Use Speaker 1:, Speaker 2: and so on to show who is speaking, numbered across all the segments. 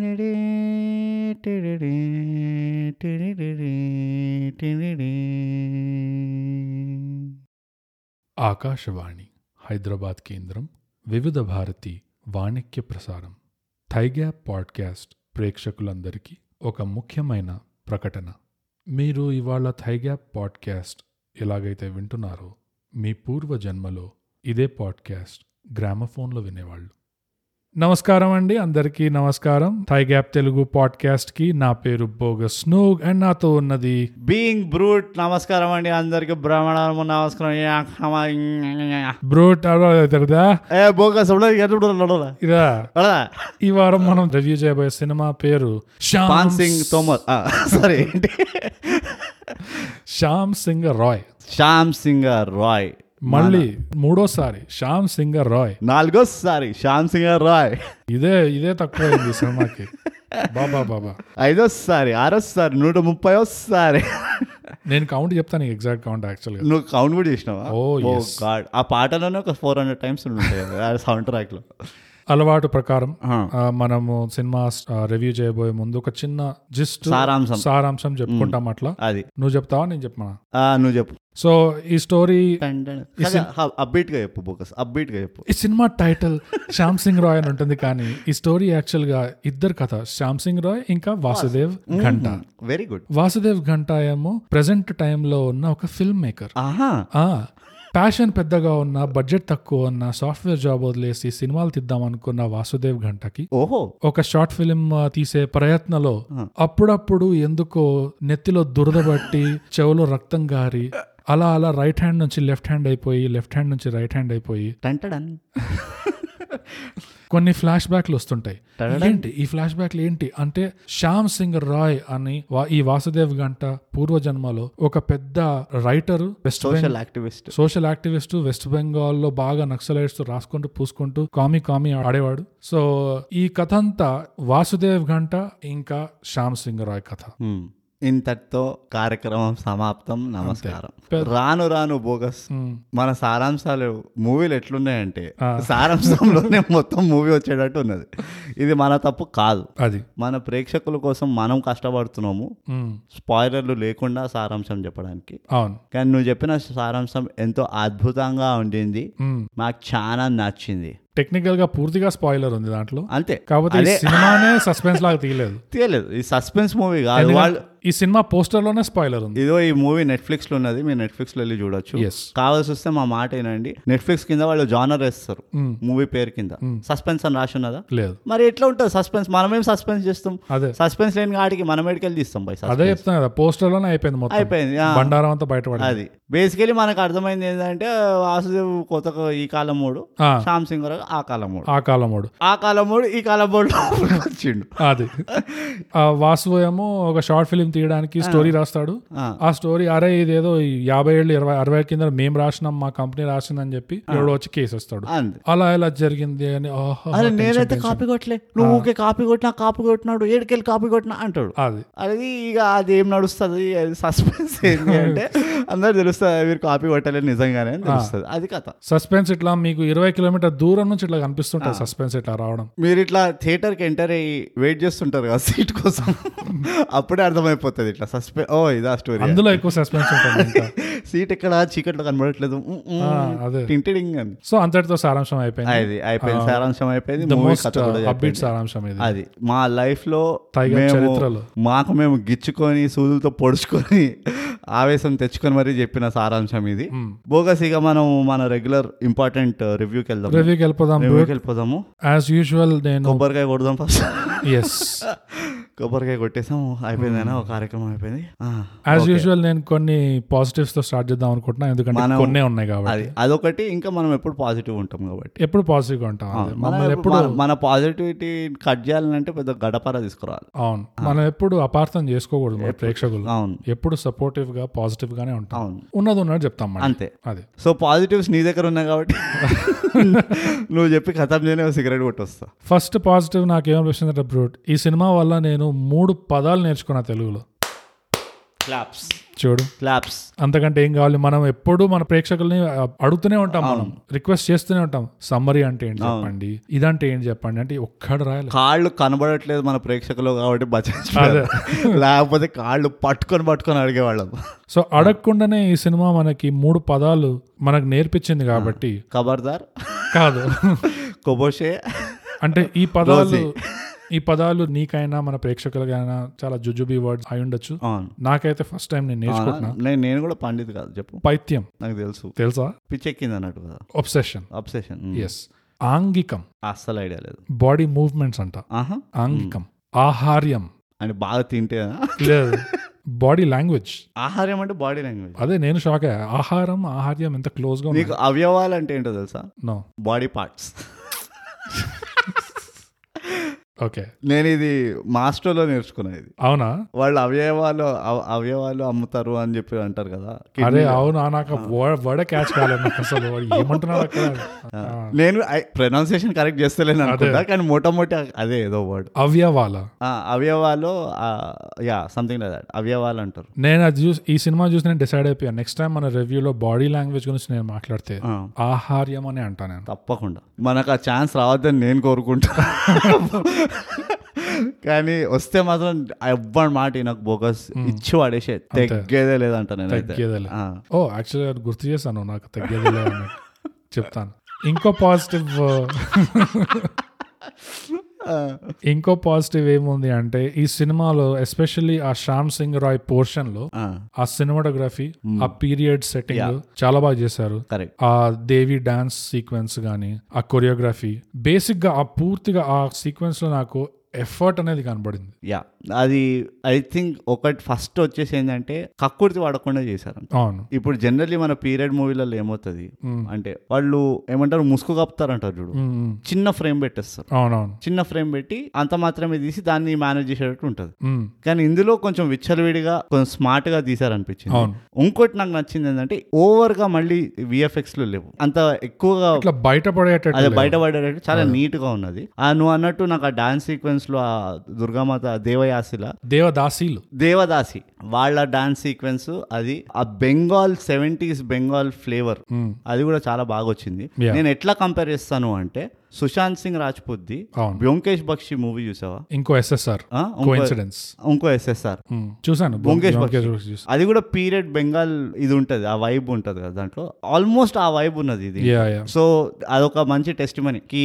Speaker 1: Tirirí, tirirí, tirirí, tirirí.
Speaker 2: Akashvani Hyderabad కేంద్రం వివిధ భారతి వాణిక్య ప్రసారం థైగ్యాప్ పాడ్కాస్ట్ ప్రేక్షకులందరికీ ఒక ముఖ్యమైన ప్రకటన మీరు ఇవాళ థైగ్యాప్ పాడ్కాస్ట్ ఎలాగైతే వింటున్నారో మీ పూర్వ జన్మలో ఇదే పాడ్కాస్ట్ గ్రామఫోన్లో వినేవాళ్ళు నమస్కారం అండి అందరికీ నమస్కారం థైగ్యాప్ తెలుగు పాడ్కాస్ట్కి నా పేరు బోగస్ స్నూగ్ అండ్ నాతో ఉన్నది
Speaker 1: బీయింగ్ బ్రూట్ నమస్కారం అండి అందరికి బ్రాహ్మణము నమస్కారం యా, హమ, యా.
Speaker 2: బ్రోట్
Speaker 1: ఏ బోగస్ ఎవడో ఎటు నడవరా?
Speaker 2: ఇదా
Speaker 1: నడవరా?
Speaker 2: ఈ వారం మనం రివ్యూ చేయబోయే సినిమా పేరు శ్యామ్
Speaker 1: పాన్ సింగ్ తోమర్ ఆ, సారీ ఏంటి
Speaker 2: శ్యామ్ సింగ్ రాయ్
Speaker 1: శ్యామ్ సింగ్ రాయ్
Speaker 2: మళ్ళీ మూడోసారి శ్యామ్ సింగ్ రాయ్
Speaker 1: నాలుగోసారి శ్యామ్ సింగ్ రాయ్
Speaker 2: ఇదే ఇదే తక్కువైంది ఈ సినిమాకి బాబా బాబా
Speaker 1: ఐదోసారి ఆరోసారి నూట ముప్పై వస్తారి
Speaker 2: నేను కౌంట్ చెప్తాను ఎగ్జాక్ట్ కౌంట్ యాక్చువల్ గా
Speaker 1: నువ్వు కౌంట్ కూడా చేసినావా
Speaker 2: Oh,
Speaker 1: ఓ
Speaker 2: yes.
Speaker 1: గాడ్ ఆ పాటలోనే ఒక ఫోర్ హండ్రెడ్ టైమ్స్ ఉంటాయి సౌండ్ ట్రాక్ లో
Speaker 2: అలవాటు ప్రకారం
Speaker 1: ఆ.
Speaker 2: ఆ, మనము సినిమా రివ్యూ చేయబోయే ముందు ఒక చిన్న జిస్ట్
Speaker 1: సారాంశం
Speaker 2: సారాంశం చెప్పుకుంటాం అట్లా
Speaker 1: అది
Speaker 2: నువ్వు చెప్తావా నేను చెప్పనా
Speaker 1: ఆ, నువ్వు చెప్పు
Speaker 2: సో ఈ స్టోరీ
Speaker 1: అప్బీట్ గా చెప్పు బోకస్ అప్బీట్ గా చెప్పు
Speaker 2: ఈ సినిమా టైటిల్ శ్యామ్ సింగ్ రాయ్ అని ఉంటుంది కానీ ఈ స్టోరీ యాక్చువల్ గా ఇద్దరు కథ శ్యామ్ సింగ్ రాయ్ ఇంకా Vasudev
Speaker 1: Hmm.
Speaker 2: Ghanta
Speaker 1: very good
Speaker 2: Vasudev Ghanta ఏమో ప్రెసెంట్ లో ఉన్న ఒక ఫిల్మ్ మేకర్
Speaker 1: ఆహా
Speaker 2: ఆ ప్యాషన్ పెద్దగా ఉన్న బడ్జెట్ తక్కువ ఉన్న సాఫ్ట్వేర్ జాబ్ వదిలేసి సినిమాలు తీద్దాం అనుకున్న వాసుదేవ్ ఘంటకి
Speaker 1: ఓహో
Speaker 2: ఒక షార్ట్ ఫిలిం ఆ, తీసే ప్రయత్నలో అప్పుడప్పుడు ఎందుకో నెత్తిలో దురద పట్టి చెవులో రక్తం గారి అలా అలా రైట్ హ్యాండ్ నుంచి లెఫ్ట్ హ్యాండ్ అయిపోయి లెఫ్ట్ హ్యాండ్ నుంచి రైట్ హ్యాండ్ అయిపోయి
Speaker 1: టంటడన్
Speaker 2: కొన్ని ఫ్లాష్ బ్యాక్లు వస్తుంటాయి ఏంటి ఈ ఫ్లాష్ బ్యాక్లు ఏంటి అంటే శ్యామ్ సింగ్ రాయ్ అని వా- ఈ వాసుదేవ్ గంట పూర్వజన్మలో ఒక పెద్ద writer West Bengal
Speaker 1: social activist
Speaker 2: social activist West బెంగాల్లో బాగా నక్సలైట్స్ రాసుకుంటూ పూసుకుంటూ కామీ కామీ ఆడేవాడు సో ఈ కథ అంతా వాసుదేవ్ గంట ఇంకా శ్యామ్ సింగ్ రాయ్ కథ
Speaker 1: Hmm. ఇంతటితో కార్యక్రమం సమాప్తం నమస్కారం రాను రాను బోగస్ మన సారాంశాలు మూవీలు ఎట్లున్నాయంటే సారాంశంలోనే మొత్తం మూవీ వచ్చేటట్టు ఉన్నది ఇది మన తప్పు కాదు
Speaker 2: అది
Speaker 1: మన ప్రేక్షకుల కోసం మనం కష్టపడుతున్నాము
Speaker 2: ఉమ్,
Speaker 1: స్పాయిలర్లు లేకుండా సారాంశం చెప్పడానికి
Speaker 2: అవును
Speaker 1: కానీ నువ్వు చెప్పిన సారాంశం ఎంతో అద్భుతంగా ఉండింది నాకు చాలా నచ్చింది
Speaker 2: టెక్నికల్ గా పూర్తిగా స్పాయిలర్ ఉంది దాంట్లో
Speaker 1: అంతే
Speaker 2: కాకపోతే ఈ సినిమానే సస్పెన్స్ లాగా తీయలేదు
Speaker 1: తీయలేదు ఇది సస్పెన్స్ మూవీ కాదు వాళ్ళు
Speaker 2: ఈ సినిమా పోస్టర్ లోనే స్పాయిలర్ ఉంది
Speaker 1: ఇదో ఈ మూవీ నెట్ఫ్లిక్స్ లో ఉన్నది మీరు నెట్ఫ్లిక్స్ లో వెళ్ళి చూడొచ్చు
Speaker 2: Yes.
Speaker 1: కావాల్సి వస్తే మా మాట ఏనండి నెట్ఫ్లిక్స్ కింద వాళ్ళు జానర్ వేస్తారు
Speaker 2: Hmm.
Speaker 1: మూవీ పేరు కింద సస్పెన్స్ అని రాసి ఉన్నదా
Speaker 2: లేదు
Speaker 1: మరి ఎట్లా ఉంటుంది సస్పెన్స్ మనమేం సస్పెన్స్ చేస్తాం
Speaker 2: అదే
Speaker 1: సస్పెన్స్ లేని ఆడికి మనం ఎడికెళ్ళి తీస్తాం బై
Speaker 2: అదే చెప్తున్నా కదా పోస్టర్ లోనే అయిపోయింది మొత్తం
Speaker 1: అయిపోయింది ఆ.
Speaker 2: బండారం అంతా బయటపడింది
Speaker 1: అది బేసికలీ మనకు అర్థమైంది ఏంటంటే వాసుదేవ్ కొత్త ఈ కాలం మూడు
Speaker 2: ఆ.
Speaker 1: శ్యామ్ సింగ్ రావు ఆ కాలం మూడు
Speaker 2: ఆ కాలముడు
Speaker 1: ఆ కాలం మూడు ఈ కాలం మూడు వచ్చిండు
Speaker 2: అది ఆ వాసు ఏమో ఒక షార్ట్ ఫిల్మ్ తీయడానికి స్టోరీ రాస్తాడు
Speaker 1: ఆ.
Speaker 2: ఆ స్టోరీ అరే ఇదేదో ఈ యాభై ఏళ్ళు ఇరవై అరవై ఏళ్ళ కింద మేము రాసినాం మా కంపెనీ రాసిందని చెప్పి ఎవడో వచ్చి కేసు వస్తాడు
Speaker 1: అంది
Speaker 2: అలా ఎలా జరిగింది అని ఆహా,
Speaker 1: అరే
Speaker 2: tension,
Speaker 1: నేనైతే
Speaker 2: tension.
Speaker 1: కాపీ కొట్టలే నువ్వు ఊకే కాపీ కొట్టినా కాపీ కొట్టినాడు ఏడుకెళ్ళి కాపీ కొట్టినా అంటాడు
Speaker 2: అది
Speaker 1: అది ఇక అది ఏం నడుస్తుంది సస్పెన్స్ ఏంటి అంటే అందరు తెలుస్తుంది మీరు కాపీ కొట్టలేదు నిజంగానే అని తెలుస్తుంది అది కథ
Speaker 2: సస్పెన్స్ ఇట్లా మీకు ఇరవై కిలోమీటర్ దూరం నుంచి ఇట్లా కనిపిస్తుంటుంది సస్పెన్స్ ఇట్లా రావడం
Speaker 1: మీరు ఇట్లా థియేటర్కి ఎంటర్ అయ్యి వెయిట్ చేస్తుంటారు కదా సీట్ కోసం అప్పుడే అర్థమైపోతుంది ఇట్లా సస్పెన్స్ ఓ ఇదా స్టోరీ
Speaker 2: అందులో ఎక్కువ సస్పెన్స్ ఉంటుంది ఇంకా
Speaker 1: సీట్ ఎక్కడ చీకట్లో కనబడట్లేదు ఉమ్, ఉమ్,
Speaker 2: ఆ, అదే
Speaker 1: టింటిడింగ్ అని
Speaker 2: సో అంతటితో సారాంశం అయిపోయింది
Speaker 1: అది అయిపోయింది సారాంశం అయిపోయింది
Speaker 2: ద
Speaker 1: మూవీ కథ
Speaker 2: మోస్ట్
Speaker 1: కూడా చెప్పి-
Speaker 2: అప్డేట్ సారాంశం uh, ఇది
Speaker 1: అది మా లైఫ్ లో
Speaker 2: Tiger
Speaker 1: మేము-
Speaker 2: చరిత్రలో.
Speaker 1: మాకు మేము గిచ్చుకొని సూదులతో పొడుచుకొని ఆవేశం తెచ్చుకొని మరీ చెప్పిన సారాంశం ఇది బోగస్ ఇక మనం మన రెగ్యులర్ ఇంపార్టెంట్ రివ్యూకి వెళ్దాం
Speaker 2: రివ్యూకి వెళ్ళిపోదాం
Speaker 1: రివ్యూకి వెళ్ళిపోదాము
Speaker 2: యాజ్ యూజువల్ నేను
Speaker 1: కొబ్బరికాయ కొడదాం ఫస్ట్
Speaker 2: ఎస్
Speaker 1: కొబ్బరికాయ కొట్టేసాం అయిపోయిందైనా
Speaker 2: Hmm.
Speaker 1: ఒక కార్యక్రమం అయిపోయింది ఆ,
Speaker 2: యాజ్ యూజువల్ నేను కొన్ని పాజిటివ్స్ తో స్టార్ట్ చేద్దాం అనుకుంటున్నా ఎందుకంటే
Speaker 1: మనం-
Speaker 2: కొన్నే ఉన్నాయి కాబట్టి
Speaker 1: అది అదొకటి ఇంకా మనం ఎప్పుడు పాజిటివ్ ఉంటాం కాబట్టి
Speaker 2: ఎప్పుడు పాజిటివ్ గా ఉంటాం అదే.
Speaker 1: మనం
Speaker 2: మమ్మల్ని
Speaker 1: ఎప్పుడు-
Speaker 2: ఎప్పుడు
Speaker 1: మన- మన పాజిటివిటీ కట్ చేయాలంటే పెద్ద గడపర తీసుకురావాలి
Speaker 2: అవును మనం ఎప్పుడు అపార్థం చేసుకోకూడదు మన ప్రేక్షకులు
Speaker 1: అవును
Speaker 2: ఎప్పుడు సపోర్టివ్ గా పాజిటివ్ గానే ఉంటాం
Speaker 1: అవును
Speaker 2: ఉన్నది ఉన్నట్టు చెప్తాం మనం
Speaker 1: అంతే
Speaker 2: అదే
Speaker 1: సో పాజిటివ్స్ నీ దగ్గర ఉన్నాయి కాబట్టి నువ్వు చెప్పి ఖతం చేయని ఒక సిగరెట్ కొట్టొస్తా
Speaker 2: ఫస్ట్ పాజిటివ్ నాకేమనిపిస్తుంది అంటే బ్రూట్ ఈ సినిమా వల్ల నేను మూడు పదాలు నేర్చుకున్నా తెలుగులో
Speaker 1: క్లాప్స్
Speaker 2: చూడు
Speaker 1: క్లాప్స్
Speaker 2: అంతకంటే ఏం కావాలి మనం ఎప్పుడూ మన ప్రేక్షకుల్ని ఆ, అడుగుతూనే ఉంటాం మనం రిక్వెస్ట్ చేస్తూనే ఉంటాం సమ్మరీ అంటే ఏంటి చెప్పండి ఇదంటే ఏంటి చెప్పండి అంటే ఒక్కడు రాయాలి
Speaker 1: కాళ్ళు కనబడట్లేదు మన ప్రేక్షకులు కాబట్టి
Speaker 2: అదే.
Speaker 1: బచారు లేకపోతే కాళ్ళు పట్టుకొని పట్టుకొని అడిగేవాళ్ళం
Speaker 2: సో అడగకుండానే ఈ సినిమా మనకి మూడు పదాలు మనకు నేర్పించింది కాబట్టి
Speaker 1: ఖబర్దార్
Speaker 2: కాదు
Speaker 1: కొబోషే
Speaker 2: అంటే ఈ పదాలు ఈ పదాలు నీకైనా మన ప్రేక్షకులకైనా చాలా జుజుబీ వర్డ్స్ అయి ఉండొచ్చు
Speaker 1: అవును
Speaker 2: నాకైతే ఫస్ట్ టైం నేను నేర్చుకుంటున్నా
Speaker 1: నేను నేను కూడా పండిత్ కాదు చెప్పు
Speaker 2: పైత్యం
Speaker 1: నాకు తెలుసు
Speaker 2: తెలుసా
Speaker 1: పిచ్చెక్కింది అన్నట్టు కదా
Speaker 2: ఒబ్సెషన్
Speaker 1: అబ్సెషన్
Speaker 2: ఎస్ ఆంగికం
Speaker 1: అస్సలు ఐడియా లేదు
Speaker 2: బాడీ మూవ్మెంట్స్ అంట
Speaker 1: ఆహా
Speaker 2: ఆంగికం ఆహార్యం
Speaker 1: అని బాగా తింటే
Speaker 2: లేదు బాడీ లాంగ్వేజ్
Speaker 1: ఆహారం అంటే బాడీ లాంగ్వేజ్
Speaker 2: అదే నేను షాక్ అయ్యా ఆహారం ఆహార్యం ఎంత క్లోజ్ గా
Speaker 1: నీకు అవయవాలు అంటే ఏంటో తెలుసా
Speaker 2: నో
Speaker 1: బాడీ పార్ట్స్
Speaker 2: ఓకే
Speaker 1: నేను ఇది మాస్టర్లో నేర్చుకున్నా ఇది
Speaker 2: అవునా
Speaker 1: వాళ్ళు అవయవాలు అవ- అవయవాలు అమ్ముతారు అని చెప్పి అంటారు కదా
Speaker 2: అరే అవునా నాకు వర్డ్ క్యాచ్ కాలేదు నాకు అసలు వాడు ఏమంటున్నాడు అక్కడ ఆ,
Speaker 1: నేను ప్రొనౌన్సియేషన్ కరెక్ట్ చేస్తలేను అనుకుంటా కానీ మొట్టమొదటి అదే ఏదో వర్డ్
Speaker 2: అవ్యవాల
Speaker 1: అవయవాలు యా సంథింగ్ లైక్ దట్ అవయవాలు అంటారు
Speaker 2: నేను అది చూసి ఈ సినిమా చూసి నేను డిసైడ్ అయిపోయాను నెక్స్ట్ టైం మన రివ్యూలో బాడీ లాంగ్వేజ్ గురించి నేను మాట్లాడితే
Speaker 1: ఆ,
Speaker 2: ఆహార్యం అని అంటాను నేను
Speaker 1: తప్పకుండా మనకు ఆ ఛాన్స్ రావద్దని నేను కోరుకుంటా కానీ వస్తే మాత్రం ఎవ్వడి మాట నాకు బోకస్ ఇచ్చి పడేసే తగ్గేదే లేదంట నేనైతే
Speaker 2: తగ్గేదలే
Speaker 1: ఆ.
Speaker 2: ఓ యాక్చువల్లీ అది గుర్తు చేశాను నాకు తగ్గేదలే అని చెప్తాను ఇంకో పాజిటివ్
Speaker 1: ఆ,
Speaker 2: ఇంకో పాజిటివ్ ఏముంది అంటే ఈ సినిమాలో ఎస్పెషల్లీ ఆ శ్యామ్ సింగ్ రాయ్ పోర్షన్ లో
Speaker 1: ఆ,
Speaker 2: ఆ సినిమాటోగ్రఫీ
Speaker 1: Hmm.
Speaker 2: ఆ పీరియడ్ సెట్టింగ్ చాలా బాగా చేశారు
Speaker 1: కరెక్ట్
Speaker 2: ఆ దేవి డాన్స్ సీక్వెన్స్ గానీ ఆ కొరియోగ్రఫీ బేసిక్ గా ఆ పూర్తిగా ఆ సీక్వెన్స్ లో నాకు ఎఫర్ట్ అనేది కనబడింది
Speaker 1: యా అది ఐ థింక్ ఒకటి ఫస్ట్ వచ్చేసి ఏంటంటే కక్కుర్తి వాడకుండా చేశారంట
Speaker 2: అవును
Speaker 1: ఇప్పుడు జనరల్లీ మన పీరియడ్ మూవీలలో ఏమవుతుంది అంటే వాళ్ళు ఏమంటారు ముసుగు కప్పుతారంటారు చూడు
Speaker 2: మ్మ్.
Speaker 1: చిన్న ఫ్రేమ్ పెట్టేస్తారు
Speaker 2: అవునవును
Speaker 1: చిన్న ఫ్రేమ్ పెట్టి అంత మాత్రమే తీసి దాన్ని మేనేజ్ చేసేటట్టు ఉంటుంది
Speaker 2: మ్మ్.
Speaker 1: కానీ ఇందులో కొంచెం విచ్చలవిడిగా కొంచెం స్మార్ట్ గా తీసారనిపించింది
Speaker 2: అవును.
Speaker 1: ఇంకోటి నాకు నచ్చింది ఏంటంటే ఓవర్ గా మళ్ళీ విఎఫ్ఎక్స్ లో లేవు అంత ఎక్కువగా
Speaker 2: ఇట్లా బయటపడేటట్టు
Speaker 1: అదే బయట పడేటట్టు చాలా నీట్ గా ఉన్నది ఆ నువ్వు అన్నట్టు నాకు ఆ డాన్స్ సీక్వెన్స్ లో ఆ దుర్గామాత దేవయాసిల
Speaker 2: దేవదాసీలు
Speaker 1: దేవదాసి వాళ్ళ డాన్స్ సీక్వెన్స్ అది ఆ బెంగాల్ సెవెంటీస్ బెంగాల్ ఫ్లేవర్
Speaker 2: మ్మ్.
Speaker 1: అది కూడా చాలా బాగా వచ్చింది
Speaker 2: Yeah.
Speaker 1: నేను ఎట్లా కంపేర్ చేస్తాను అంటే సుశాంత్ సింగ్ రాజ్పుత్ది
Speaker 2: అవును
Speaker 1: బ్యోంకేష్ బక్షి మూవీ చూసావా
Speaker 2: ఇంకో ఎస్ఎస్ఆర్
Speaker 1: ఆ? ఇంకో-
Speaker 2: కోఇన్సిడెన్స్
Speaker 1: ఇంకో ఎస్ఎస్ఆర్
Speaker 2: Hmm. చూసాను
Speaker 1: బొంకేష్
Speaker 2: బ్యోంకేష్
Speaker 1: బక్షి.
Speaker 2: బక్షి చూసాను.
Speaker 1: అది కూడా పీరియడ్ బెంగాల్ ఇది ఉంటది ఆ వైబ్ ఉంటది కదా దాంట్లో ఆల్మోస్ట్ ఆ వైబ్ ఉన్నది ఇది
Speaker 2: యా యా
Speaker 1: సో అదొక మంచి టెస్ట్ కి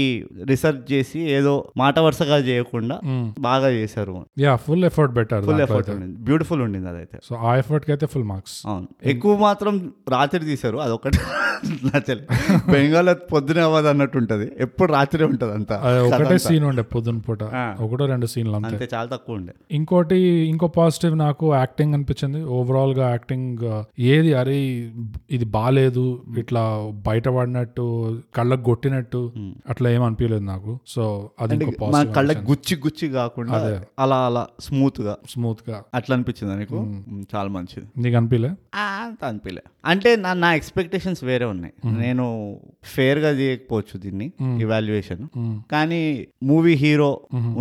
Speaker 1: రీసెర్చ్ చేసి ఏదో మాట వరుసగా చేయకుండా
Speaker 2: Hmm.
Speaker 1: బాగా చేశారు
Speaker 2: yeah full effort better
Speaker 1: full effort ఉండింది బ్యూటిఫుల్ ఉండింది అదైతే
Speaker 2: సో ఆ ఎఫర్ట్ కి అయితే ఫుల్ మార్క్స్
Speaker 1: అవును
Speaker 2: Hmm.
Speaker 1: ఎక్కువ మాత్రం రాత్రి తీశారు అదొకటి నచ్చలే బెంగాల్ పొద్దునే అవ్వదు అన్నట్టు ఉంటది ఎప్పుడు రాత్రే ఉంటది అంతా
Speaker 2: ఒకటే సీన్ ఉండే పొద్దున పూట ఒకటో రెండు సీన్లు అంతే
Speaker 1: అంతే చాలా తక్కువ ఉండే
Speaker 2: ఇంకోటి ఇంకో పాజిటివ్ నాకు యాక్టింగ్ అనిపించింది ఓవరాల్ గా యాక్టింగ్ ఆ, ఏది అరే ఇది బాగాలేదు
Speaker 1: Hmm.
Speaker 2: ఇట్లా బయటపడినట్టు కళ్ళకు కొట్టినట్టు
Speaker 1: Hmm.
Speaker 2: అట్లా ఏం అనిపించలేదు నాకు సో అది ఇంకో
Speaker 1: మన
Speaker 2: పాజిటివ్
Speaker 1: కళ్ళకి గుచ్చి గుచ్చి కాకుండా అలా అలా స్మూత్ గా
Speaker 2: స్మూత్ గా
Speaker 1: అట్లా అనిపించింది నీకు
Speaker 2: Hmm.
Speaker 1: మ్, చాలా మంచిది
Speaker 2: నీకు అనిపించలే
Speaker 1: ఆ, అంత అనిపించలే అంటే నా నా ఎక్స్పెక్టేషన్స్ వేరే ఉన్నాయి నేను ఫేర్ గా చేయకపోవచ్చు దీన్ని ఇవాల్యుయేషన్ కానీ మూవీ హీరో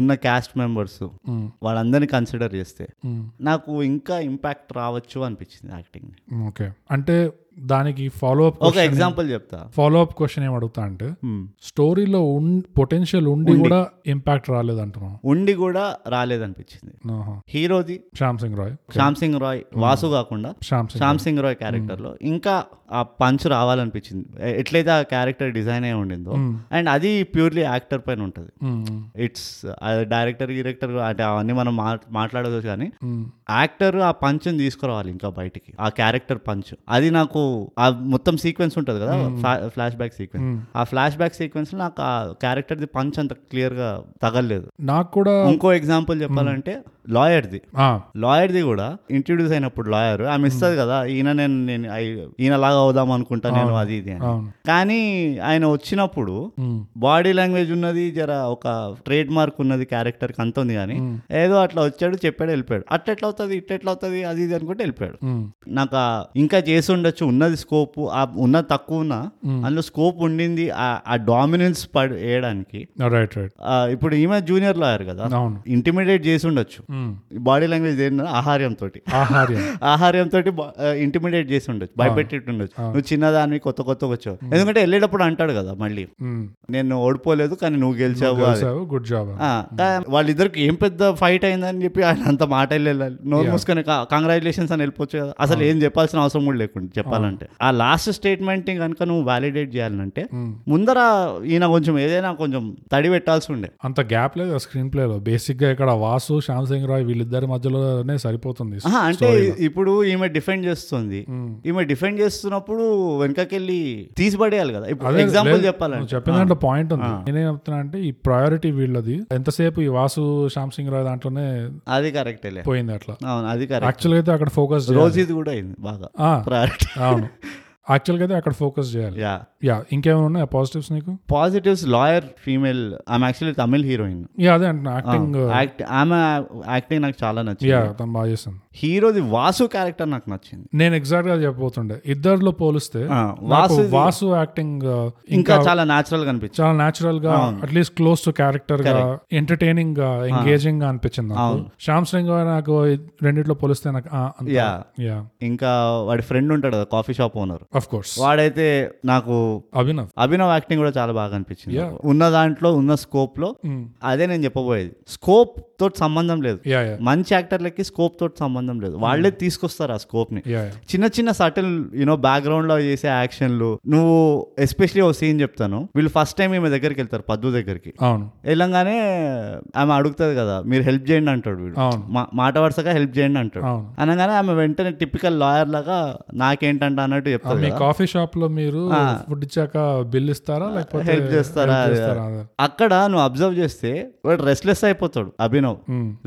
Speaker 1: ఉన్న క్యాస్ట్ మెంబర్స్
Speaker 2: Mm.
Speaker 1: వాళ్ళందరినీ కన్సిడర్ చేస్తే
Speaker 2: Mm.
Speaker 1: నాకు ఇంకా ఇంపాక్ట్ రావచ్చు అనిపించింది యాక్టింగ్
Speaker 2: ఓకే Hmm, అంటే దానికి ఫాలో అప్
Speaker 1: ఒక ఎగ్జాంపుల్ చెప్తా
Speaker 2: ఫాలో అప్ క్వశ్చన్ ఏం అడుగుతా అంటే
Speaker 1: మ్.
Speaker 2: స్టోరీలో పొటెన్షియల్ ఉండి కూడా ఇంపాక్ట్ రాలేదు అంటున్నాం
Speaker 1: ఉండి కూడా రాలేదనిపించింది
Speaker 2: ఆహా.
Speaker 1: హీరోది
Speaker 2: శ్యామ్ సింగ్ రాయ్
Speaker 1: శ్యామ్ సింగ్ రాయ్ వాసు కాకుండా
Speaker 2: శ్యామ్ సింగ్
Speaker 1: శ్యామ్ సింగ్ రాయ్ క్యారెక్టర్ లో ఇంకా ఆ పంచ్ రావాలనిపించింది ఎ- ఎట్లయితే ఆ క్యారెక్టర్ డిజైన్ అయి ఉండిందో అండ్ అది ప్యూర్లీ యాక్టర్ పైన ఉంటుంది
Speaker 2: మ్మ్.
Speaker 1: ఇట్స్ డైరెక్టర్ డైరెక్టర్ అంటే అవన్నీ మనం మా- మాట్లాడవచ్చు కానీ
Speaker 2: మ్మ్.
Speaker 1: యాక్టర్ ఆ పంచ్ని తీసుకురావాలి ఇంకా బయటికి ఆ క్యారెక్టర్ పంచ్ అది నాకు ఆ మొత్తం సీక్వెన్స్ ఉంటుంది కదా ఫ్లాష్ బ్యాక్ సీక్వెన్స్ ఆ ఫ్లాష్ బ్యాక్ సీక్వెన్స్ నాకు ఆ క్యారెక్టర్ది పంచ్ అంత క్లియర్ గా తగలేదు
Speaker 2: నాకు కూడా
Speaker 1: ఇంకో ఎగ్జాంపుల్ చెప్పాలంటే లాయర్ది
Speaker 2: ఆ,
Speaker 1: లాయర్ది కూడా ఇంట్రడ్యూస్ అయినప్పుడు లాయర్ ఆమె ఇస్తుంది కదా ఈయన నేను నేను ఈయన లాగా అవుదాం అనుకుంటా నేను అది ఇది అని
Speaker 2: అవును Hmm,
Speaker 1: కానీ ఆయన వచ్చినప్పుడు
Speaker 2: మ్మ్.
Speaker 1: బాడీ లాంగ్వేజ్ ఉన్నది జర ఒక ట్రేడ్ మార్క్ ఉన్నది క్యారెక్టర్ అంత ఉంది కానీ ఏదో అట్లా వచ్చాడు చెప్పాడు వెళ్ళిపోయాడు అట్ట ఎట్లా అవుతుంది ఇట్ట ఎట్లా అవుతుంది అది ఇది అనుకుంటే వెళ్ళిపోయాడు
Speaker 2: మ్మ్.
Speaker 1: నాకు ఆ ఇంకా చేసి ఉండొచ్చు ఉన్నది స్కోప్ ఆ ఉన్నది తక్కువ ఉన్నా అందులో స్కోప్ ఉండింది ఆ- ఆ డామినెన్స్ పడి వేయడానికి
Speaker 2: రైట్ రైట్
Speaker 1: ఆ, ఇప్పుడు ఈమె జూనియర్ లాయర్ కదా
Speaker 2: Ah, అవును
Speaker 1: ఇంటిమిడియేట్ చేసి ఉండొచ్చు
Speaker 2: మ్మ్.
Speaker 1: బాడీ లాంగ్వేజ్ ఏంటంటే ఆహార్యంతో
Speaker 2: ఆహార్యం
Speaker 1: ఆహార్యంతో ఇంటిమిడియేట్ చేసి ఉండొచ్చు భయపెట్టి ఉండొచ్చు నువ్వు చిన్నదాన్ని కొత్త కొత్తగా వచ్చావు ఎందుకంటే వెళ్ళేటప్పుడు అంటాడు కదా మళ్ళీ
Speaker 2: Hmm.
Speaker 1: నేను ఓడిపోలేదు కానీ నువ్వు గెలిచావు అది.
Speaker 2: గుడ్ జాబ్
Speaker 1: ఆ, కా- వాళ్ళిద్దరికి ఏం పెద్ద ఫైట్ అయిందని చెప్పి ఆయన అంత మాట వెళ్ళాలి నోరు మూసుకొని కంగ్రాచులేషన్స్ అని వెళ్ళిపోవచ్చు కదా అసలు ఏం చెప్పాల్సిన అవసరం కూడా లేకుండా చెప్పాలంటే ఆ లాస్ట్ స్టేట్మెంట్ కనుక నువ్వు వ్యాలిడేట్ చేయాలంటే ముందర ఈయన కొంచెం ఏదైనా కొంచెం తడి పెట్టాల్సి ఉండే
Speaker 2: అంత గ్యాప్ లేదు స్క్రీన్ ప్లేలో బేసిక్ గా ఇక్కడ వాసు శ్యామ్ సింగ్ రాయ్ వీళ్ళిద్దరి మధ్యలోనే సరిపోతుంది
Speaker 1: ఆహా, అంటే ఇప్పుడు ఈమె డిఫెండ్ చేస్తుంది
Speaker 2: మ్మ్.
Speaker 1: ఈమె డిఫెండ్ చేస్తున్నప్పుడు వెనకకెళ్ళి తీసిపడేయాలి కదా ఇప్పుడు
Speaker 2: అదే,
Speaker 1: ఎగ్జాంపుల్
Speaker 2: లేదు, నువ్వు
Speaker 1: చెప్పాలంటే
Speaker 2: చెప్పిన దాంట్లో పాయింట్ ఉంది నేనేం చెప్తున్నా అంటే ఈ ప్రయారిటీ వీళ్ళది ఎంతసేపు ఈ వాసు శ్యామ్ సింగ్ రాయ్ దాంట్లోనే
Speaker 1: అది కరెక్టేలే
Speaker 2: పోయింది అట్లా
Speaker 1: అవును అది కరెక్ట్
Speaker 2: యాక్చువల్ గా అయితే అక్కడ ఫోకస్
Speaker 1: రోజీది కూడా అయింది బాగా ప్రయారిటీ
Speaker 2: అవును యాక్చువల్ గా అయితే అక్కడ ఫోకస్ చేయాలి
Speaker 1: యా
Speaker 2: యా ఇంకేమైనా ఉన్నాయా పాజిటివ్స్ నీకు
Speaker 1: పాజిటివ్స్ లాయర్ ఫీమేల్ ఆమె యాక్చువల్లీ తమిళ్ హీరోయిన్
Speaker 2: యా అదే అంటున్నా
Speaker 1: Ah,
Speaker 2: యాక్టింగ్
Speaker 1: యాక్ట్ ఆమె యాక్టింగ్ నాకు చాలా నచ్చింది
Speaker 2: యా తను బాగా చేస్తుంది
Speaker 1: హీరోది వాసు క్యారెక్టర్ నాకు నచ్చింది
Speaker 2: నేను ఎగ్జాక్ట్ గా చెప్పబోతుండే ఇద్దరిలో పోలిస్తే
Speaker 1: ఆ,
Speaker 2: నాకు
Speaker 1: Ah, వాసు
Speaker 2: వాసు యాక్టింగ్
Speaker 1: ఇంకా చాలా న్యాచురల్ కనిపించింది
Speaker 2: చాలా నాచురల్ గా అట్లీస్ట్ క్లోజ్ టు క్యారెక్టర్ గా ఎంటర్టైనింగ్ గా
Speaker 1: Ah.
Speaker 2: ఎంగేజింగ్ గా అనిపించింది నాకు శ్యామ్ సింగ్ గారు నాకు ఈ రెండిట్లో పోలిస్తే నాకు ah, ఆ, అంత-
Speaker 1: యా
Speaker 2: యా
Speaker 1: ఇంకా వాడి ఫ్రెండ్ ఉంటాడు కదా coffee shop owner
Speaker 2: of course
Speaker 1: వాడైతే నాకు
Speaker 2: అభినవ్
Speaker 1: అభినవ్ యాక్టింగ్ కూడా చాలా బాగా అనిపించింది నాకు. ఉన్న దాంట్లో ఉన్న స్కోప్ లో
Speaker 2: మ్.
Speaker 1: అదే నేను చెప్పబోయేది స్కోప్ తోటి సంబంధం లేదు
Speaker 2: యా యా
Speaker 1: మంచి యాక్టర్లకి స్కోప్ తోటి సంబంధం లేదు వాళ్ళే తీసుకొస్తారు ఆ స్కోప్ ని
Speaker 2: యా యా
Speaker 1: చిన్న చిన్న సటిల్ యూనో బ్యాక్గ్రౌండ్ లో చేసే యాక్షన్లు నువ్వు ఎస్పెషలీ ఓ సీన్ చెప్తాను వీళ్ళు ఫస్ట్ టైం ఈమె దగ్గరికి వెళ్తారు పద్దు దగ్గరికి
Speaker 2: అవును
Speaker 1: వెళ్ళంగానే ఆమె అడుగుతుంది కదా మీరు హెల్ప్ చేయండి అంటాడు వీడు
Speaker 2: అవును.
Speaker 1: మా- మాట వరుసగా హెల్ప్ చేయండి అంటాడు
Speaker 2: అవును.
Speaker 1: అనగానే ఆమె వెంటనే టిపికల్ లాయర్ లాగా నాకేంటంట అన్నట్టు చెప్తారు
Speaker 2: మీ కాఫీ షాప్ లో మీరు ఫుడ్ ఇచ్చాక బిల్ ఇస్తారా లేకపోతే
Speaker 1: హెల్ప్ చేస్తారా
Speaker 2: help
Speaker 1: అది-
Speaker 2: చేస్తారా
Speaker 1: అక్కడ నువ్వు అబ్జర్వ్ చేస్తే వాడు రెస్ట్లెస్ అయిపోతాడు అభినవ్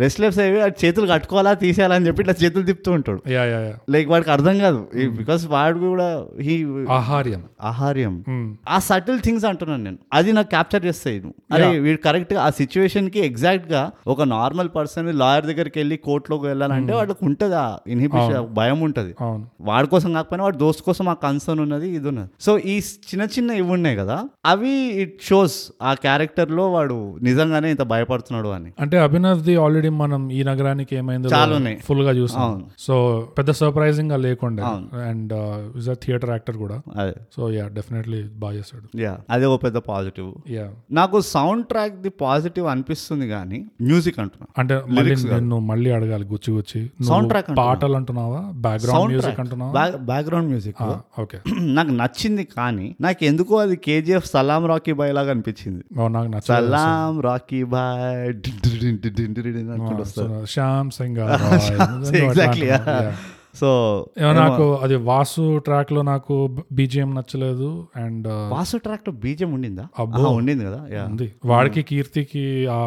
Speaker 1: రెస్ట్లెస్ అయిపోయి వాడు చేతులు కట్టుకోవాలా తీసేయాలని చెప్పి ఇట్లా చేతులు తిప్పుతూ ఉంటాడు
Speaker 2: యా యా యా
Speaker 1: లైక్ వాడికి అర్థం కాదు
Speaker 2: Hmm.
Speaker 1: బికాస్ వాడు కూడా హీ
Speaker 2: ఆహార్యం
Speaker 1: ఆహార్యం
Speaker 2: మ్.
Speaker 1: ఆ సటిల్ థింగ్స్ అంటున్నాను నేను అది నాకు క్యాప్చర్ చేస్తాయి నువ్వు అరే వీడు కరెక్ట్ గా ఆ సిచ్యువేషన్ కి ఎగ్జాక్ట్ గా ఒక నార్మల్ పర్సన్ లాయర్ దగ్గరికి వెళ్ళి కోర్టులోకి వెళ్ళాలంటే వాడికి ఉంటుంది ఆ ఇన్హిబిషన్ భయం ఉంటుంది
Speaker 2: అవును
Speaker 1: వాడి కోసం కాకపోయినా వాడి దోస్త్ కోసం ఆ కన్సర్న్ ఉన్నది ఇది ఉన్నది సో ఈ చిన్న చిన్న ఇవి ఉన్నాయి కదా అవి ఇట్ షోస్ ఆ క్యారెక్టర్ లో వాడు నిజంగానే ఇంత భయపడుతున్నాడు అని
Speaker 2: అంటే అభినవ్ ది ఆల్రెడీ మనం ఈ నగరానికి ఏమైందో
Speaker 1: చాలా ఉన్నాయి.
Speaker 2: ఫుల్ గా చూసాం
Speaker 1: అవును.
Speaker 2: సో పెద్ద సర్ప్రైజింగ్ గా లేకుండా and is a theatre actor కూడా
Speaker 1: అదే
Speaker 2: సో యా డెఫినెట్లీ బాగా చేస్తాడు
Speaker 1: యా అదే ఓ పెద్ద పాజిటివ్
Speaker 2: యా
Speaker 1: నాకు సౌండ్ ట్రాక్ ది పాజిటివ్ అనిపిస్తుంది కానీ మ్యూజిక్ అంటున్నా
Speaker 2: అంటే మళ్ళీ నేను మళ్ళీ అడగాలి గుచ్చి గుచ్చి
Speaker 1: Sound track
Speaker 2: నువ్వు
Speaker 1: అంటున్నా.
Speaker 2: పాటలు అంటున్నావా బ్యాక్గ్రౌండ్ మ్యూజిక్ అంటున్నావా
Speaker 1: బ్యాక్గ్రౌండ్ మ్యూజిక్
Speaker 2: ఓకే
Speaker 1: నాకు నచ్చింది కానీ నాకు ఎందుకో అది కేజీఎఫ్ సలాం రాకీ బాయ్ లాగా అనిపించింది
Speaker 2: నాకు నచ్చలేదు
Speaker 1: సలాం రాకీ బాయ్ డి- డి- డి- డి- డి- డి- డి అనుకుంటూ వస్తుంది.
Speaker 2: శ్యామ్ సింగ్
Speaker 1: ఎగ్జాక్ట్లీ సో
Speaker 2: నాకు అది వాసు ట్రాక్ లో నాకు బీజిఎం నచ్చలేదు అండ్
Speaker 1: వాసు ట్రాక్ లో బీజం ఉండిందా
Speaker 2: అబ్బో.
Speaker 1: ఆహా, ఉండింది కదా యా
Speaker 2: ఉంది వాడికి కీర్తికి ఆ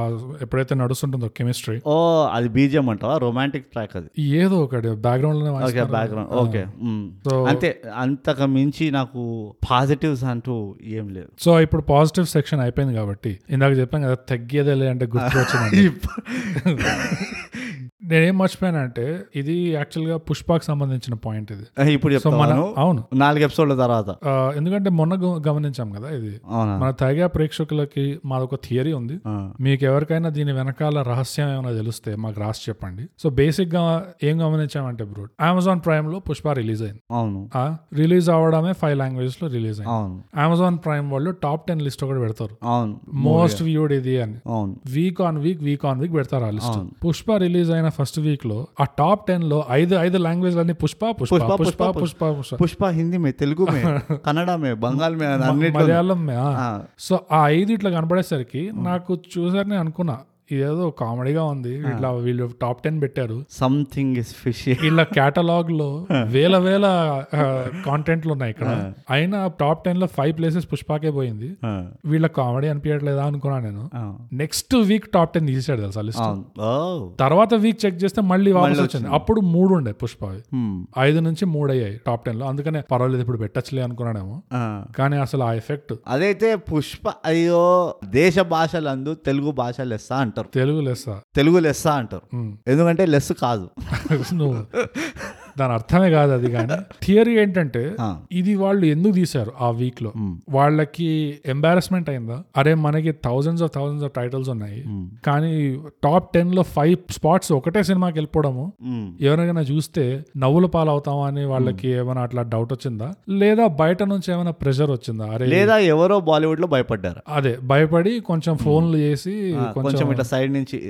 Speaker 2: ఎప్పుడైతే నడుస్తుంటుందో కెమిస్ట్రీ
Speaker 1: ఓ అది బీజం అంటావా రొమాంటిక్ ట్రాక్ అది
Speaker 2: ఏదో ఒకటి బ్యాక్గ్రౌండ్ లోనే
Speaker 1: ఓకే
Speaker 2: వాయిస్తున్నారు.
Speaker 1: బ్యాక్గ్రౌండ్ ఓకే మ్.
Speaker 2: So-
Speaker 1: mm. అంతే అంతకు మించి నాకు పాజిటివ్స్ అంటూ ఏం లేదు
Speaker 2: సో ఇప్పుడు పాజిటివ్ సెక్షన్ అయిపోయింది కాబట్టి ఇందాక చెప్పాను కదా తగ్గేదేలే అంటే గుర్తు వచ్చింది నేనేం మర్చిపోయానంటే ఇది యాక్చువల్ గా పుష్పకి సంబంధించిన పాయింట్ ఇది
Speaker 1: ఇప్పుడు
Speaker 2: సో మన
Speaker 1: చెప్తాను
Speaker 2: అవును
Speaker 1: నాలుగు ఎపిసోడ్ల తర్వాత
Speaker 2: ఆ, ఎందుకంటే మొన్న గమ- గమనించాం కదా ఇది
Speaker 1: అవునా
Speaker 2: మన తైగా ప్రేక్షకులకి మాదొక థియరీ ఉంది
Speaker 1: ఆ.
Speaker 2: మీకు ఎవరికైనా దీని వెనకాల రహస్యం ఏమైనా తెలిస్తే మాకు రాసి చెప్పండి సో బేసిక్ గా ఏం గమనించామంటే బ్రో అమెజాన్ ప్రైమ్ లో పుష్ప రిలీజ్ అయింది
Speaker 1: అవును
Speaker 2: ఆ రిలీజ్ అవడమే ఫైవ్ లాంగ్వేజ్ లో రిలీజ్ అయింది
Speaker 1: అవును
Speaker 2: అమెజాన్ ప్రైమ్ వాళ్ళు టాప్ టెన్ లిస్ట్ ఒకటి పెడతారు
Speaker 1: అవును
Speaker 2: మోస్ట్ వ్యూడ్ ఇది అని
Speaker 1: అవును
Speaker 2: week on week week on week పెడతారు ఆ లిస్ట్ పుష్ప రిలీజ్ అయిన ఫస్ట్ వీక్ లో ఆ టాప్ టెన్ లో ఐదు ఐదు లాంగ్వేజ్ అన్ని పుష్ప పుష్ప
Speaker 1: పుష్ప,
Speaker 2: పుష్ప
Speaker 1: పుష్ప,
Speaker 2: పుష్ప పుష్ప
Speaker 1: పుష్ప హిందీ మే తెలుగు మే కన్నడ మే బంగాల్ మే అన్నిట్లో
Speaker 2: మలయాళం
Speaker 1: ఆ.
Speaker 2: సో ఆ ఐదు ఇట్లా కనపడేసరికి నాకు చూసారు నేను అనుకున్నా ఇదేదో కామెడీగా ఉంది ఇట్లా వీళ్ళు టాప్ టెన్ పెట్టారు
Speaker 1: సంథింగ్ ఇస్ ఫిష్
Speaker 2: వీళ్ళ కేటలాగ్ లో వేల వేల కాంటెంట్లు ఉన్నాయి ఇక్కడ అయినా టాప్ టెన్ లో ఫైవ్ ప్లేసెస్ పుష్పకే పోయింది వీళ్ళ కామెడీ అనిపించట్లేదా అనుకున్నా నేను నెక్స్ట్ వీక్ టాప్ టెన్ తీసాడు తెలుసా లిస్ట్
Speaker 1: అవును ఓ
Speaker 2: తర్వాత వీక్ చెక్ చేస్తే Hmm. మళ్ళీ వాపస్ వచ్చింది అప్పుడు మూడు ఉండే పుష్పవి
Speaker 1: Hmm.
Speaker 2: ఐదు నుంచి మూడు అయ్యాయి టాప్ టెన్ లో అందుకనే పర్వాలేదు ఇప్పుడు పెట్టచ్చులే అనుకున్నానేమో
Speaker 1: ఆ.
Speaker 2: కానీ అసలు ఆ ఎఫెక్ట్
Speaker 1: అదైతే పుష్ప అయ్యో దేశ భాషలందు తెలుగు భాష లెస్స అంటారు
Speaker 2: తెలుగు లెస్స
Speaker 1: తెలుగు లెస్స అంటారు ఎందుకంటే లెస్ కాదు
Speaker 2: నువ్వు దాని అర్థమే కాదు అది కానీ థియరీ ఏంటంటే ఇది వాళ్ళు ఎందుకు తీశారు ఆ వీక్ లో వాళ్ళకి ఎంబారస్మెంట్ అయిందా అరే మనకి thousands of thousands of titles ఉన్నాయి కానీ టాప్ టెన్ లో ఫైవ్ స్పాట్స్ ఒకటే సినిమాకి వెళ్ళిపోవడము ఎవరికైనా చూస్తే నవ్వుల పాలవుతామా అని వాళ్ళకి ఏమైనా అట్లా డౌట్ వచ్చిందా లేదా బయట నుంచి ఏమైనా ప్రెషర్ వచ్చిందా అరే
Speaker 1: లేదా ఎవరో బాలీవుడ్ లో భయపడ్డారు
Speaker 2: అదే భయపడి కొంచెం ఫోన్లు చేసి
Speaker 1: కొంచెం ఇట్లా సైడ్ నుంచి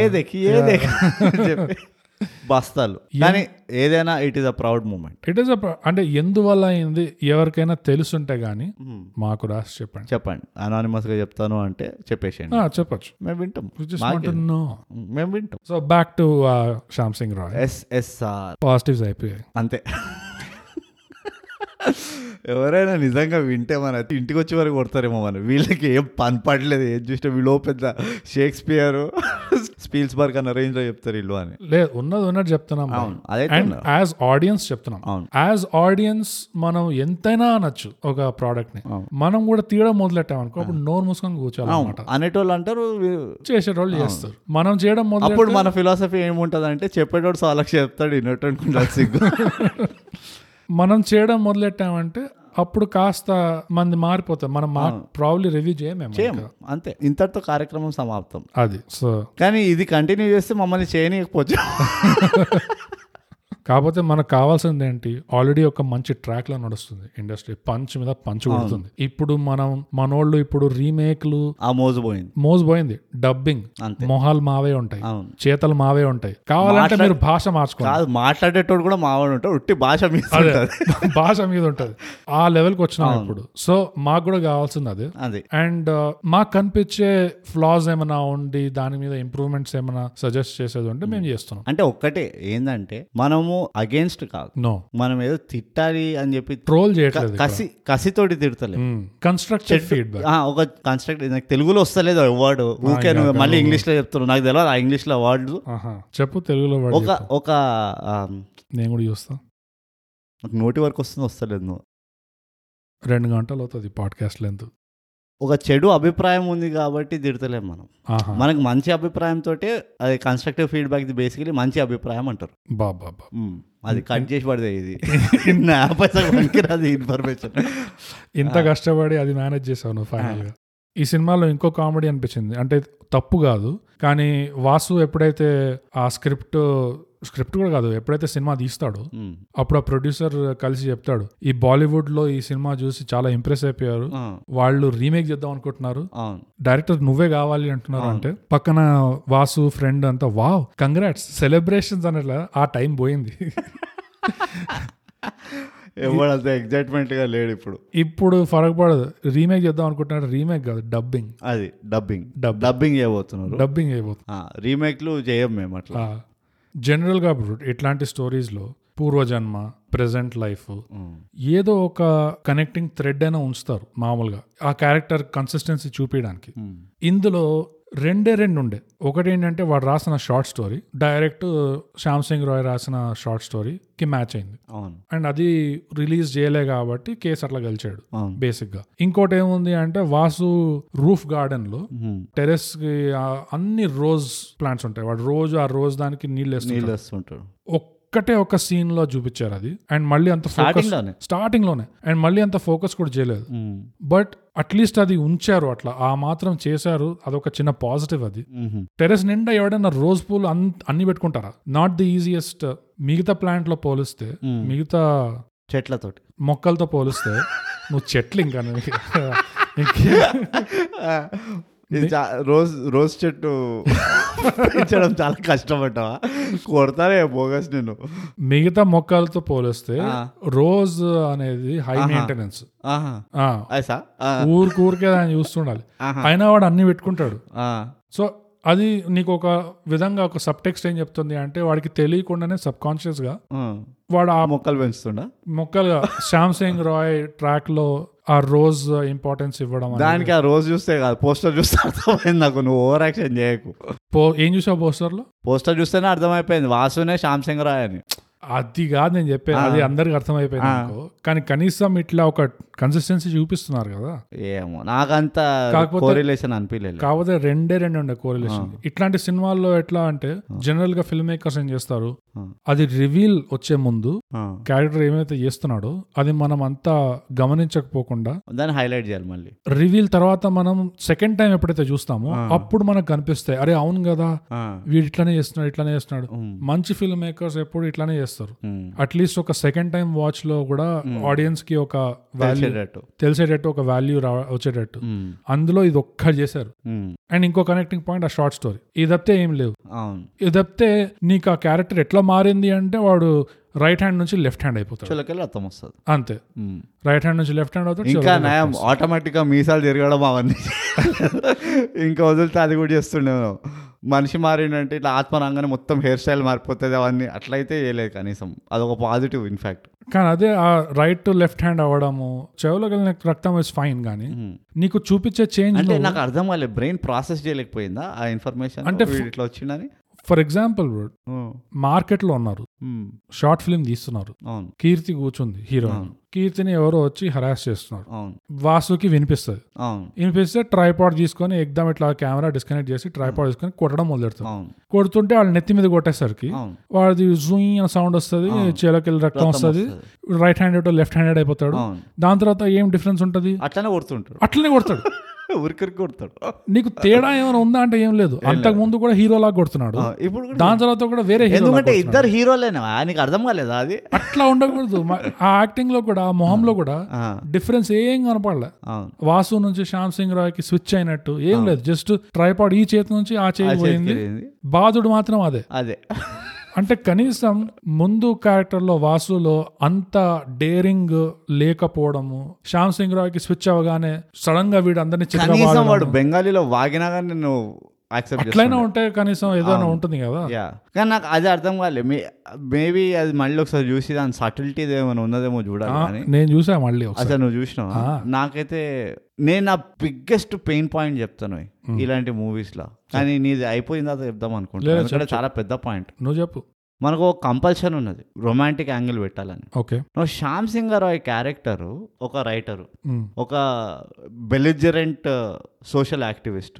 Speaker 1: ఏదెక్కి ఏదెక్కి అని చెప్పి బస్తాలు కానీ ఏదైనా it is a proud moment
Speaker 2: it is అంటే ఎందువల్ల అయింది ఎవరికైనా తెలుసుంటే గానీ మాకు రాసి చెప్పండి
Speaker 1: చెప్పండి అనానిమస్ గా చెప్తాను అంటే చెప్పేసేయండి
Speaker 2: చెప్పచ్చు
Speaker 1: మేము వింటాం మేము వింటాం
Speaker 2: so back to Shyam Singh Roy
Speaker 1: SSR
Speaker 2: positives అయిపోయాయి
Speaker 1: అంతే ఎవరైనా నిజంగా వింటే మన ఇంటికి వచ్చే వరకు కొడతారేమో మనం వీళ్ళకి ఏం పని పడలేదు ఏం చూస్తే వీళ్ళు పెద్ద షేక్స్పియర్ స్పీల్స్బర్గ్ అన్న రేంజ్ లో చెప్తారు ఇల్లు అని
Speaker 2: లేదు ఉన్నది ఉన్నట్టు చెప్తున్నాం
Speaker 1: అవును, అదే
Speaker 2: అండ్ యాజ్ ఆడియన్స్ చెప్తున్నాం
Speaker 1: అవును.
Speaker 2: యాజ్ ఆడియన్స్ మనం ఎంతైనా అనొచ్చు ఒక ప్రోడక్ట్ ని మనం కూడా తీయడం మొదలెట్టాం అనుకో అప్పుడు నోరు మూసుకొని కూర్చోాలన్నమాట
Speaker 1: అనేటోళ్ళు అంటారు వీ-
Speaker 2: చేసేటోళ్ళు చేస్తారు మనం చేయడం మొదలు
Speaker 1: అప్పుడు మన ఫిలాసఫీ ఏముంటది అంటే చెప్పేటోడు సాలక్ష చెప్తాడు ఇన్నట్టు అనుకుంటాడు సిగ్గు
Speaker 2: మనం చేయడం మొదలెట్టామంటే అప్పుడు కాస్త మంది మారిపోతాం మనం మా ప్రాబ్లీ రివ్యూ చేయమేమో
Speaker 1: ఏం, అంతే ఇంతటితో కార్యక్రమం సమాప్తం
Speaker 2: అది సో
Speaker 1: కానీ ఇది కంటిన్యూ చేస్తే మమ్మల్ని చేయనీయకపోవచ్చు
Speaker 2: కాకపోతే మనకు కావాల్సింది ఏంటి ఆల్రెడీ ఒక మంచి ట్రాక్ లో నడుస్తుంది ఇండస్ట్రీ పంచ్ మీద పంచ్ కొడుతుంది ఇప్పుడు మనం మనోళ్ళు ఇప్పుడు రీమేక్లు
Speaker 1: ఆ మోజు పోయింది
Speaker 2: మోసపోయింది డబ్బింగ్
Speaker 1: అంతే.
Speaker 2: మొహాలు మావే ఉంటాయి
Speaker 1: అవును.
Speaker 2: చేతలు మావే ఉంటాయి కావాలంటే మీరు భాష మార్చుకోండి
Speaker 1: కాదు మాట్లాడేటోడు కూడా మావాడు ఉంటాడు ఉట్టి భాష మీద ఉంటుంది
Speaker 2: భాష మీద ఉంటది ఆ లెవెల్కి వచ్చినాం ఇప్పుడు సో మాకు కూడా కావాల్సింది అదే
Speaker 1: అది
Speaker 2: అండ్ మాకు కనిపించే ఫ్లాస్ ఏమైనా ఉండి దాని మీద ఇంప్రూవ్మెంట్స్ ఏమైనా సజెస్ట్ చేసేది ఉంటే మేము
Speaker 1: Hmm.
Speaker 2: చేస్తున్నాం
Speaker 1: అంటే ఒక్కటే ఏంటంటే మనము అగేన్స్ట్ కాదు
Speaker 2: నో
Speaker 1: మనం ఏదో తిట్టాలి అని చెప్పి
Speaker 2: ట్రోల్ చేయట్లేదు Hmm.
Speaker 1: కసి కసితోటి తిడతలేదు
Speaker 2: కన్స్ట్రక్టివ్ ఫీడ్బ్యాక్
Speaker 1: ఆ, ఒక కన్స్ట్రక్ట్ నాకు తెలుగులో వస్తలేదు వర్డ్ ఊకే నువ్వు మళ్ళీ ఇంగ్లీష్ లో చెప్తున్నావు నాకు తెలియదు ఆ ఇంగ్లీష్ లో వర్డ్
Speaker 2: చెప్పు తెలుగులో వాడు
Speaker 1: ఒక ఒక ఆ,
Speaker 2: నేను కూడా చూస్తా
Speaker 1: నాకు నోటి వరకు వస్తుంది వస్తలేదు నువ్వు
Speaker 2: రెండు గంటలు అవుతుంది పాడ్కాస్ట్ లెంత్
Speaker 1: ఒక చెడు అభిప్రాయం ఉంది కాబట్టి తిడతలేం మనం
Speaker 2: ఆహా
Speaker 1: మనకు మంచి అభిప్రాయం తోటే అది కన్స్ట్రక్టివ్ ఫీడ్బ్యాక్ బేసికలీ మంచి అభిప్రాయం అంటారు
Speaker 2: బాబా బాబా
Speaker 1: మ్, అది కట్ చేసి పడితే ఇది నా పైసా పనికిరాదు ఇన్ఫర్మేషన్
Speaker 2: ఇంత కష్టపడి అది మేనేజ్ చేసావు నువ్వు ఫైనల్ గా ఈ సినిమాలో ఇంకో కామెడీ అనిపించింది అంటే తప్పు కాదు కానీ వాసు ఎప్పుడైతే ఆ స్క్రిప్ట్ స్క్రిప్ట్ కూడా కాదు ఎప్పుడైతే సినిమా తీస్తాడో అప్పుడు ఆ ప్రొడ్యూసర్ కలిసి చెప్తాడు ఈ బాలీవుడ్ లో ఈ సినిమా చూసి చాలా ఇంప్రెస్ అయిపోయారు వాళ్ళు రీమేక్ చేద్దాం అనుకుంటున్నారు
Speaker 1: అవును
Speaker 2: డైరెక్టర్ నువ్వే కావాలి అంటున్నారు అంటే పక్కన వాసు ఫ్రెండ్ అంతా వావ్ కంగ్రాట్స్ సెలబ్రేషన్స్ అనట్లా ఆ టైం పోయింది
Speaker 1: ఎవడంత ఎగ్జైట్మెంట్ గా లేడు ఇప్పుడు
Speaker 2: ఇప్పుడు ఫరక్ పడదు రీమేక్ చేద్దాం అనుకుంటున్నారు రీమేక్ కాదు డబ్బింగ్
Speaker 1: అది డబ్బింగ్
Speaker 2: Dub.
Speaker 1: డబ్బింగ్ చేయబోతున్నారు
Speaker 2: డబ్బింగ్ అయిపోతుంది
Speaker 1: రీమేక్లు చేయం మేము అట్లా
Speaker 2: జనరల్ గా ఇప్పుడు ఇట్లాంటి స్టోరీస్ లో పూర్వజన్మ ప్రెసెంట్ లైఫ్
Speaker 1: మ్.
Speaker 2: ఏదో ఒక కనెక్టింగ్ థ్రెడ్ అయినా ఉంచుతారు మామూలుగా ఆ క్యారెక్టర్ కన్సిస్టెన్సీ చూపించడానికి ఇందులో రెండే రెండు ఉండే ఒకటి ఏంటంటే వాడు రాసిన short story direct Shyam Singh Roy రాసిన షార్ట్ స్టోరీకి మ్యాచ్ అయింది
Speaker 1: అవును
Speaker 2: అండ్ అది రిలీజ్ చేయలే కాబట్టి కేసు అట్లా గెలిచాడు
Speaker 1: అవును.
Speaker 2: బేసిక్ గా ఇంకోటి ఏముంది అంటే వాసు రూఫ్ గార్డెన్ లో టెరెస్ కి ఆ అన్ని రోజ్ ప్లాంట్స్ ఉంటాయి వాడు రోజు ఆ రోజు దానికి నీళ్ళు వేస్తుంది
Speaker 1: నీళ్ళు వస్తుంటాడు
Speaker 2: ఒక్కటే ఒక సీన్ లో చూపించారు అది అండ్ మళ్ళీ అంత ఫోకస్
Speaker 1: Starting లోనే.
Speaker 2: స్టార్టింగ్ లోనే అండ్ మళ్ళీ అంత ఫోకస్ కూడా చేయలేదు బట్ అట్లీస్ట్ అది ఉంచారు అట్లా ఆ మాత్రం చేశారు అదొక చిన్న పాజిటివ్ అది టెరెస్ నిండా ఎవడైనా రోజ్ పూలు అన్- అన్ని పెట్టుకుంటారా నాట్ ది ఈజియెస్ట్ మిగతా ప్లాంట్ లో పోలిస్తే మిగతా
Speaker 1: చెట్లతోటి
Speaker 2: మొక్కలతో పోలిస్తే నువ్వు చెట్లు ఇంకా నువ్వు ఇంకే-
Speaker 1: ఇది చా- రోజ్ రోజ్ చెట్టు పెంచడం చాలా కష్టపడ్డావా కొడతారే బోగస్ నేను
Speaker 2: మిగతా మొక్కలతో పోలిస్తే రోజ్ అనేది హై మెయింటెనెన్స్
Speaker 1: ఐసా
Speaker 2: ఊరికి ఊరికే దాన్ని చూస్తుండాలి అయినా వాడు అన్ని పెట్టుకుంటాడు సో అది నీకు ఒక విధంగా ఒక సబ్ టెక్స్ట్ ఏం చెప్తుంది అంటే వాడికి తెలియకుండానే సబ్ కాన్షియస్ గా వాడు ఆ
Speaker 1: మొక్కలు పెంచుతుండా
Speaker 2: మొక్కలుగా శ్యామ్ సింగ్ రాయ్ ట్రాక్ లో ఆ రోజ్ ఇంపార్టెన్స్ ఇవ్వడం అనేది.
Speaker 1: దానికి ఆ రోజు చూస్తే కాదు పోస్టర్ చూస్తే అర్థమైంది నాకు నువ్వు ఓవర్ యాక్షన్ చేయకు
Speaker 2: పో- ఏం చూసావు పోస్టర్ లో
Speaker 1: పోస్టర్ చూస్తేనే అర్థమైపోయింది వాసునే శ్యామ్ సింగ్ రాయ్ అని
Speaker 2: అది కాదు నేను చెప్పేది అది అందరికి అర్థమైపోయింది నాకు. కానీ కనీసం ఇట్లా ఒక కన్సిస్టెన్సీ చూపిస్తున్నారు కదా
Speaker 1: ఏమో నాకంత
Speaker 2: కాకపోతే-
Speaker 1: కోరిలేషన్ అనిపించలేదు
Speaker 2: కాకపోతే రెండే రెండు ఉండే కోరిలేషన్ ఇట్లాంటి సినిమాల్లో ఎట్లా అంటే జనరల్ గా ఫిల్మ్ మేకర్స్ ఏం చేస్తారు అది రివీల్ వచ్చే ముందు క్యారెక్టర్ ఏమైతే చేస్తున్నాడో అది మనం అంతా గమనించకపోకుండా
Speaker 1: దాన్ని హైలైట్ చేయాలి మళ్ళీ
Speaker 2: రివీల్ తర్వాత మనం సెకండ్ టైం ఎప్పుడైతే చూస్తామో అప్పుడు మనకు కనిపిస్తాయి అరే అవును కదా వీడు ఇట్లానే చేస్తున్నాడు ఇట్లానే చేస్తున్నాడు మంచి ఫిల్మ్ మేకర్స్ ఎప్పుడు ఇట్లానే చేస్తారు అట్లీస్ట్ ఒక సెకండ్ టైం వాచ్ లో కూడా ఆడియన్స్ కి ఒక వాల్యూ
Speaker 1: తెలిసేటట్టు.
Speaker 2: తెలిసేటట్టు ఒక వాల్యూ వచ్చేటట్టు అందులో ఇది ఒక్కటి చేశారు
Speaker 1: ఉమ్,
Speaker 2: అండ్ ఇంకో కనెక్టింగ్ పాయింట్ ఆ షార్ట్ స్టోరీ ఇది తప్పితే ఏం లేవు
Speaker 1: అవును
Speaker 2: ఇది తప్పితే నీకు ఆ క్యారెక్టర్ ఎట్లా మారింది అంటే వాడు రైట్ హ్యాండ్ నుంచి లెఫ్ట్ హ్యాండ్ అయిపోతాడు
Speaker 1: చులకెళ్ళి అర్థం వస్తుంది
Speaker 2: అంతే
Speaker 1: ఉమ్.
Speaker 2: రైట్ హ్యాండ్ నుంచి లెఫ్ట్ హ్యాండ్ అవుతాడు
Speaker 1: ఇంకా
Speaker 2: చివరికి
Speaker 1: నయం ఆటోమేటిక్గా మీసాలు తిరగడం అవన్నీ ఇంకా వదిలితే అది కూడా చేస్తుండేను మనిషి మారిండంటే ఇట్లా ఆత్మ రాగానే మొత్తం హెయిర్ స్టైల్ మారిపోతుంది అవన్నీ అట్లయితే వేయలేదు కనీసం అదొక పాజిటివ్ ఇన్ఫాక్ట్
Speaker 2: కానీ అదే ఆ రైట్ టు లెఫ్ట్ హ్యాండ్ అవ్వడము చెవులో కలిగిన రక్తం ఇస్ ఫైన్ కానీ నీకు చూపించే చేంజ్
Speaker 1: అంటే నాకు అర్థం కాలేదు బ్రెయిన్ ప్రాసెస్ చేయలేకపోయిందా ఆ ఇన్ఫర్మేషన్
Speaker 2: అంటే
Speaker 1: అంటే ఇట్లా వచ్చిందని
Speaker 2: ఫర్ ఎగ్జాంపుల్
Speaker 1: ఓ,
Speaker 2: మార్కెట్ లో ఉన్నారు
Speaker 1: ఉమ్,
Speaker 2: షార్ట్ ఫిల్మ్ తీస్తున్నారు
Speaker 1: అవును
Speaker 2: కీర్తి కూర్చుంది హీరో కీర్తిని ఎవరో వచ్చి హరాస్ చేస్తున్నారు
Speaker 1: అవును
Speaker 2: వాసుకి వినిపిస్తుంది
Speaker 1: అవును
Speaker 2: వినిపిస్తే ట్రైపాడ్ తీసుకొని ఎగ్దాం ఇట్లా కెమెరా డిస్కనెక్ట్ చేసి ట్రైపాడ్ తీసుకొని కొట్టడం మొదలెడతారు
Speaker 1: అవును
Speaker 2: కొడుతుంటే వాళ్ళ నెత్తి మీద కొట్టేసరికి
Speaker 1: అవును
Speaker 2: వాడిది జూయి అనే సౌండ్ వస్తుంది చేలకెళ్ళి రక్తం వస్తుంది రైట్ హ్యాండెడ్ లెఫ్ట్ హ్యాండెడ్ అయిపోతాడు
Speaker 1: అవును.
Speaker 2: దాని తర్వాత ఏం డిఫరెన్స్ ఉంటది
Speaker 1: అట్లనే కొడుతుంటాడు
Speaker 2: అట్లనే కొడతాడు
Speaker 1: ఉరికరికి కొడతాడు
Speaker 2: నీకు తేడా ఏమైనా ఉందా అంటే ఏం లేదు అంతకు ముందు కూడా హీరోలా కొడుతున్నాడు
Speaker 1: ఆ, ఇప్పుడు కూడా
Speaker 2: దాని తర్వాత కూడా వేరే హీరో
Speaker 1: ఎందుకంటే ఇద్దరు హీరోలేనా ఆయనకి అర్థం కాలేదా అది
Speaker 2: అట్లా ఉండకూడదు మ- ఆ యాక్టింగ్ లో కూడా ఆ మొహంలో కూడా
Speaker 1: ఆ,
Speaker 2: డిఫరెన్స్ ఏం కనపడలే
Speaker 1: అవును
Speaker 2: వాసు నుంచి శ్యామ్ సింగ్ రాయ్ కి స్విచ్ అయినట్టు ఏం లేదు జస్ట్ ట్రైపాడ్ ఈ చేతి నుంచి ఆ
Speaker 1: ఆ
Speaker 2: చేతి
Speaker 1: చేతికి
Speaker 2: పోయింది
Speaker 1: వెళ్ళింది.
Speaker 2: బాధుడు మాత్రం అదే
Speaker 1: అదే
Speaker 2: అంటే కనీసం ముందు క్యారెక్టర్లో వాసులో అంత డేరింగ్ లేకపోవడము శ్యామ్ సింగ్ రాయ్కి స్విచ్ అవ్వగానే సడన్ గా వీడు అందరినీ
Speaker 1: కనీసం
Speaker 2: చిత్రబాగా
Speaker 1: వాడు బెంగాలీలో వాగినా కానీ నేను యాక్సెప్ట్
Speaker 2: ఎట్లయినా ఉంటే కనీసం ఏదైనా ఉంటుంది కదా
Speaker 1: యా కానీ నాకు అది అర్థం కాలేదు మే మేబీ అది మళ్ళీ ఒకసారి చూసి దాని సటిల్టీ ఏమైనా ఉన్నదేమో చూడాలి కానీ
Speaker 2: నేను చూసా మళ్ళీ ఒకసారి
Speaker 1: అసలు నువ్వు చూసినావా నాకైతే నేను నా బిగ్గెస్ట్ పెయిన్ పాయింట్ చెప్తాను ఇలాంటి మూవీస్ లో కానీ నీది అయిపోయిన తర్వాత చెప్దాం అనుకుంటున్నాను ఎందుకంటే చాలా పెద్ద పాయింట్
Speaker 2: నువ్వు చెప్పు
Speaker 1: మనకు ఒక కంపల్షన్ ఉన్నది రొమాంటిక్ యాంగిల్ పెట్టాలని
Speaker 2: ఓకే
Speaker 1: నువ్వు శ్యామ్ సింగ్ రాయ్ క్యారెక్టరు ఒక రైటరు ఒక బెలిజరెంట్ సోషల్ యాక్టివిస్ట్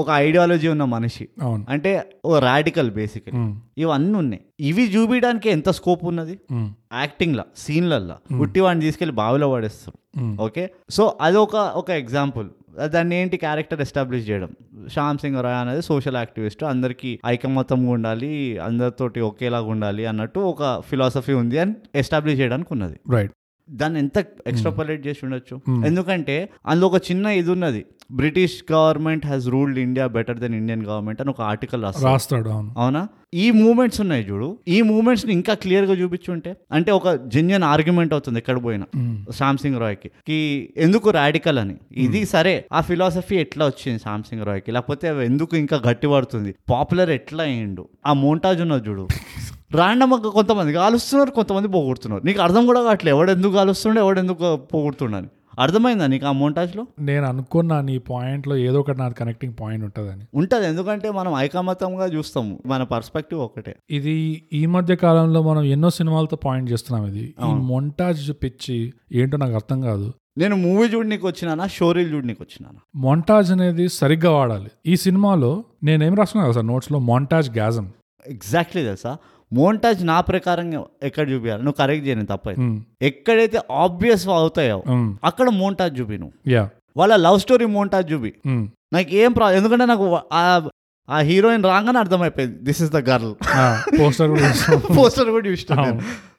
Speaker 1: ఒక ఐడియాలజీ ఉన్న మనిషి
Speaker 2: అవును
Speaker 1: అంటే ఓ రాడికల్ బేసికల్
Speaker 2: ఉమ్,
Speaker 1: ఇవన్నీ ఉన్నాయి ఇవి చూపించడానికి ఎంత స్కోప్ ఉన్నది
Speaker 2: ఉమ్,
Speaker 1: యాక్టింగ్లా సీన్లల్లా ఉట్టి వాడిని తీసుకెళ్లి బావిలో పడేస్తారు
Speaker 2: ఉమ్,
Speaker 1: ఓకే సో అదొక ఒక ఎగ్జాంపుల్ దాన్ని ఏంటి క్యారెక్టర్ ఎస్టాబ్లిష్ చేయడం శ్యామ్ సింగ్ రాయ్ అనేది సోషల్ యాక్టివిస్ట్ అందరికీ ఐకమత్యంగా ఉండాలి అందరితోటి ఒకేలాగా ఉండాలి అన్నట్టు ఒక ఫిలాసఫీ ఉంది అని ఎస్టాబ్లిష్ చేయడానికి ఉన్నది
Speaker 2: రైట్
Speaker 1: దాన్ని ఎంత ఎక్స్ట్రాపొలేట్ చేసి ఉండొచ్చు
Speaker 2: Hmm.
Speaker 1: ఎందుకంటే అందులో ఒక చిన్న ఇది ఉన్నది British government has ruled India better then Indian government అని ఒక ఆర్టికల్ రాస్తారు
Speaker 2: రాస్తాడు అవును
Speaker 1: అవునా ఈ మూమెంట్స్ ఉన్నాయి చూడు ఈ మూమెంట్స్ ని ఇంకా క్లియర్ గా చూపించుంటే అంటే ఒక జెన్యున్ ఆర్గ్యుమెంట్ అవుతుంది ఎక్కడ పోయినా
Speaker 2: ఉమ్,
Speaker 1: శామ్ సింగ్ రాయ్కి కి ఎందుకు రాడికల్ అని ఇది సరే ఆ ఫిలాసఫీ ఎట్లా వచ్చింది శామ్ సింగ్ రాయ్కి లేకపోతే అవి ఎందుకు ఇంకా గట్టి పడుతుంది పాపులర్ ఎట్లా అయ్యిండు ఆ మోంటాజ్ ఉన్నది చూడు రాండమ్ కొంతమంది కాలుస్తున్నారు కొంతమంది పోగొడుతున్నారు నీకు అర్థం కూడా కావట్లేదు ఎవడెందుకు కాలుస్తుండే ఎవడెందుకు పోగొడుతుండని అర్థమైందా నీకు ఆ మోంటాజ్లో
Speaker 2: నేను అనుకున్నా నీ point లో ఏదో ఒకటి నాకు కనెక్టింగ్ పాయింట్ ఉంటుందని
Speaker 1: ఉంటుంది ఎందుకంటే మనం ఐకమతంగా చూస్తాము మన పర్స్పెక్టివ్ ఒకటే
Speaker 2: ఇది ఈ మధ్య కాలంలో మనం ఎన్నో సినిమాలతో పాయింట్ చేస్తున్నాం ఇది ఈ మొంటాజ్ పిచ్చి ఏంటో నాకు అర్థం కాదు
Speaker 1: నేను మూవీ చూడనీకి వచ్చినానా షోరీల్ చూడనీకి వచ్చినానా
Speaker 2: మొంటాజ్ అనేది సరిగ్గా వాడాలి ఈ సినిమాలో నేనేం రాసుకున్నా కదా సార్ నోట్స్లో మొంటాజ్ గ్యాజం
Speaker 1: ఎగ్జాక్ట్లీ తెలుసా మోంటాజ్ నా ప్రకారంగా ఎక్కడ చూపించాలి నువ్వు కరెక్ట్ చేయను తప్పైతే ఎక్కడైతే ఆబ్వియస్ అవుతాయో అక్కడ మోంటాజ్ చూపి నువ్వు
Speaker 2: యా
Speaker 1: వాళ్ళ లవ్ స్టోరీ మోంటాజ్ చూపి నాకు ఏం ప్రా ఎందుకంటే నాకు ఆ- ఆ హీరోయిన్ రాగానే అర్థమైపోయింది this is the girl
Speaker 2: poster
Speaker 1: poster కూడా చూసిన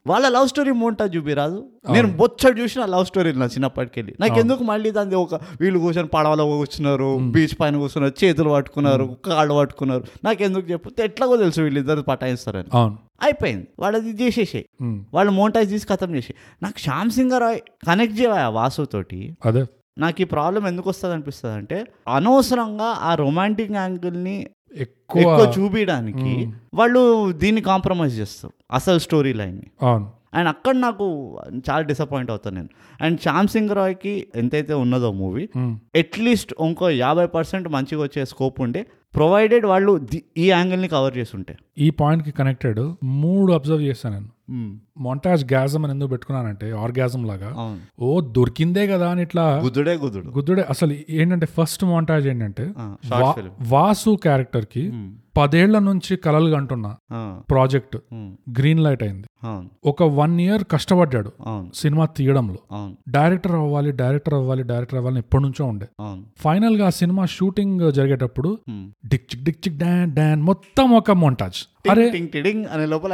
Speaker 1: వాళ్ళ లవ్ స్టోరీ మోంటాజ్ చూపి రాదు నేను బొచ్చడు చూసిన లవ్ స్టోరీ నా చిన్నప్పటికెళ్ళి నాకు ఎందుకు మళ్ళీ దాని ఒక వీళ్ళు కూర్చొని పడవలో కూర్చున్నారు బీచ్ పైన కూర్చున్నారు చేతులు పట్టుకున్నారు కాళ్ళు పట్టుకున్నారు నాకు ఎందుకు చెప్పు ఎట్లాగో తెలుసు వీళ్ళిద్దరు పటాయిస్తారని
Speaker 2: అవును
Speaker 1: అయిపోయింది వాళ్ళది చేసేసాయి
Speaker 2: ఉమ్,
Speaker 1: వాళ్ళు మోంటాజ్ తీసి ఖతం చేసి నాకు శ్యామ్ సింగ్ రాయ్ కనెక్ట్ చేయవా వాసుతోటి
Speaker 2: అదే
Speaker 1: నాకు ఈ ప్రాబ్లం ఎందుకు వస్తుంది అనిపిస్తుంది అంటే అనవసరంగా ఆ రొమాంటిక్ యాంగిల్ని
Speaker 2: ఎక్కువ
Speaker 1: ఎక్కువ చూపించడానికి వాళ్ళు దీన్ని కాంప్రమైజ్ చేస్తారు అసలు స్టోరీ లైన్ని
Speaker 2: అవును
Speaker 1: అండ్ అక్కడ నాకు చాలా డిసప్పాయింట్ అవుతాను నేను అండ్ శ్యామ్ సింగ్ రాయ్కి ఎంతైతే ఉన్నదో మూవీ
Speaker 2: ఉమ్,
Speaker 1: అట్లీస్ట్ ఇంకో యాభై పర్సెంట్ మంచిగా వచ్చే స్కోప్ ఉండే ప్రొవైడెడ్ వాళ్ళు ది- ఈ యాంగిల్ని కవర్ చేస్తుంటే
Speaker 2: ఈ పాయింట్ కి కనెక్టెడ్ మూడు అబ్జర్వ్ చేశాను నేను మొంటాజ్ గ్యాజం అని ఎందుకు పెట్టుకున్నానంటే ఆర్గాజం లాగా
Speaker 1: అవును
Speaker 2: ఓ దొరికిందే కదా అని ఇట్లా
Speaker 1: గుద్దుడే గుద్దుడు
Speaker 2: గుద్దుడే అసలు ఏంటంటే ఫస్ట్ మొంటాజ్ ఏంటంటే
Speaker 1: ఆ, short
Speaker 2: వా-
Speaker 1: film. Hmm.
Speaker 2: వాసు క్యారెక్టర్ కి
Speaker 1: ఉమ్.
Speaker 2: పదేళ్ల నుంచి కలలు కంటున్నా
Speaker 1: ఆ,
Speaker 2: ప్రాజెక్ట్
Speaker 1: ఉమ్.
Speaker 2: గ్రీన్ లైట్ అయింది
Speaker 1: అవును
Speaker 2: ఒక వన్ ఇయర్ కష్టపడ్డాడు
Speaker 1: అవును
Speaker 2: సినిమా తీయడంలో
Speaker 1: అవును
Speaker 2: డైరెక్టర్ అవ్వాలి డైరెక్టర్ అవ్వాలి డైరెక్టర్ అవ్వాలని ఎప్పటి నుంచో ఉండే
Speaker 1: అవును
Speaker 2: ఫైనల్ గా ఆ సినిమా షూటింగ్ జరిగేటప్పుడు
Speaker 1: ఉమ్.
Speaker 2: డిక్ చిక్ డిక్ చిక్ డాన్ డాన్ మొత్తం ఒక మొంటాజ్ అరే
Speaker 1: టింగ్ టింగ్ టిడింగ్ అనే లోపల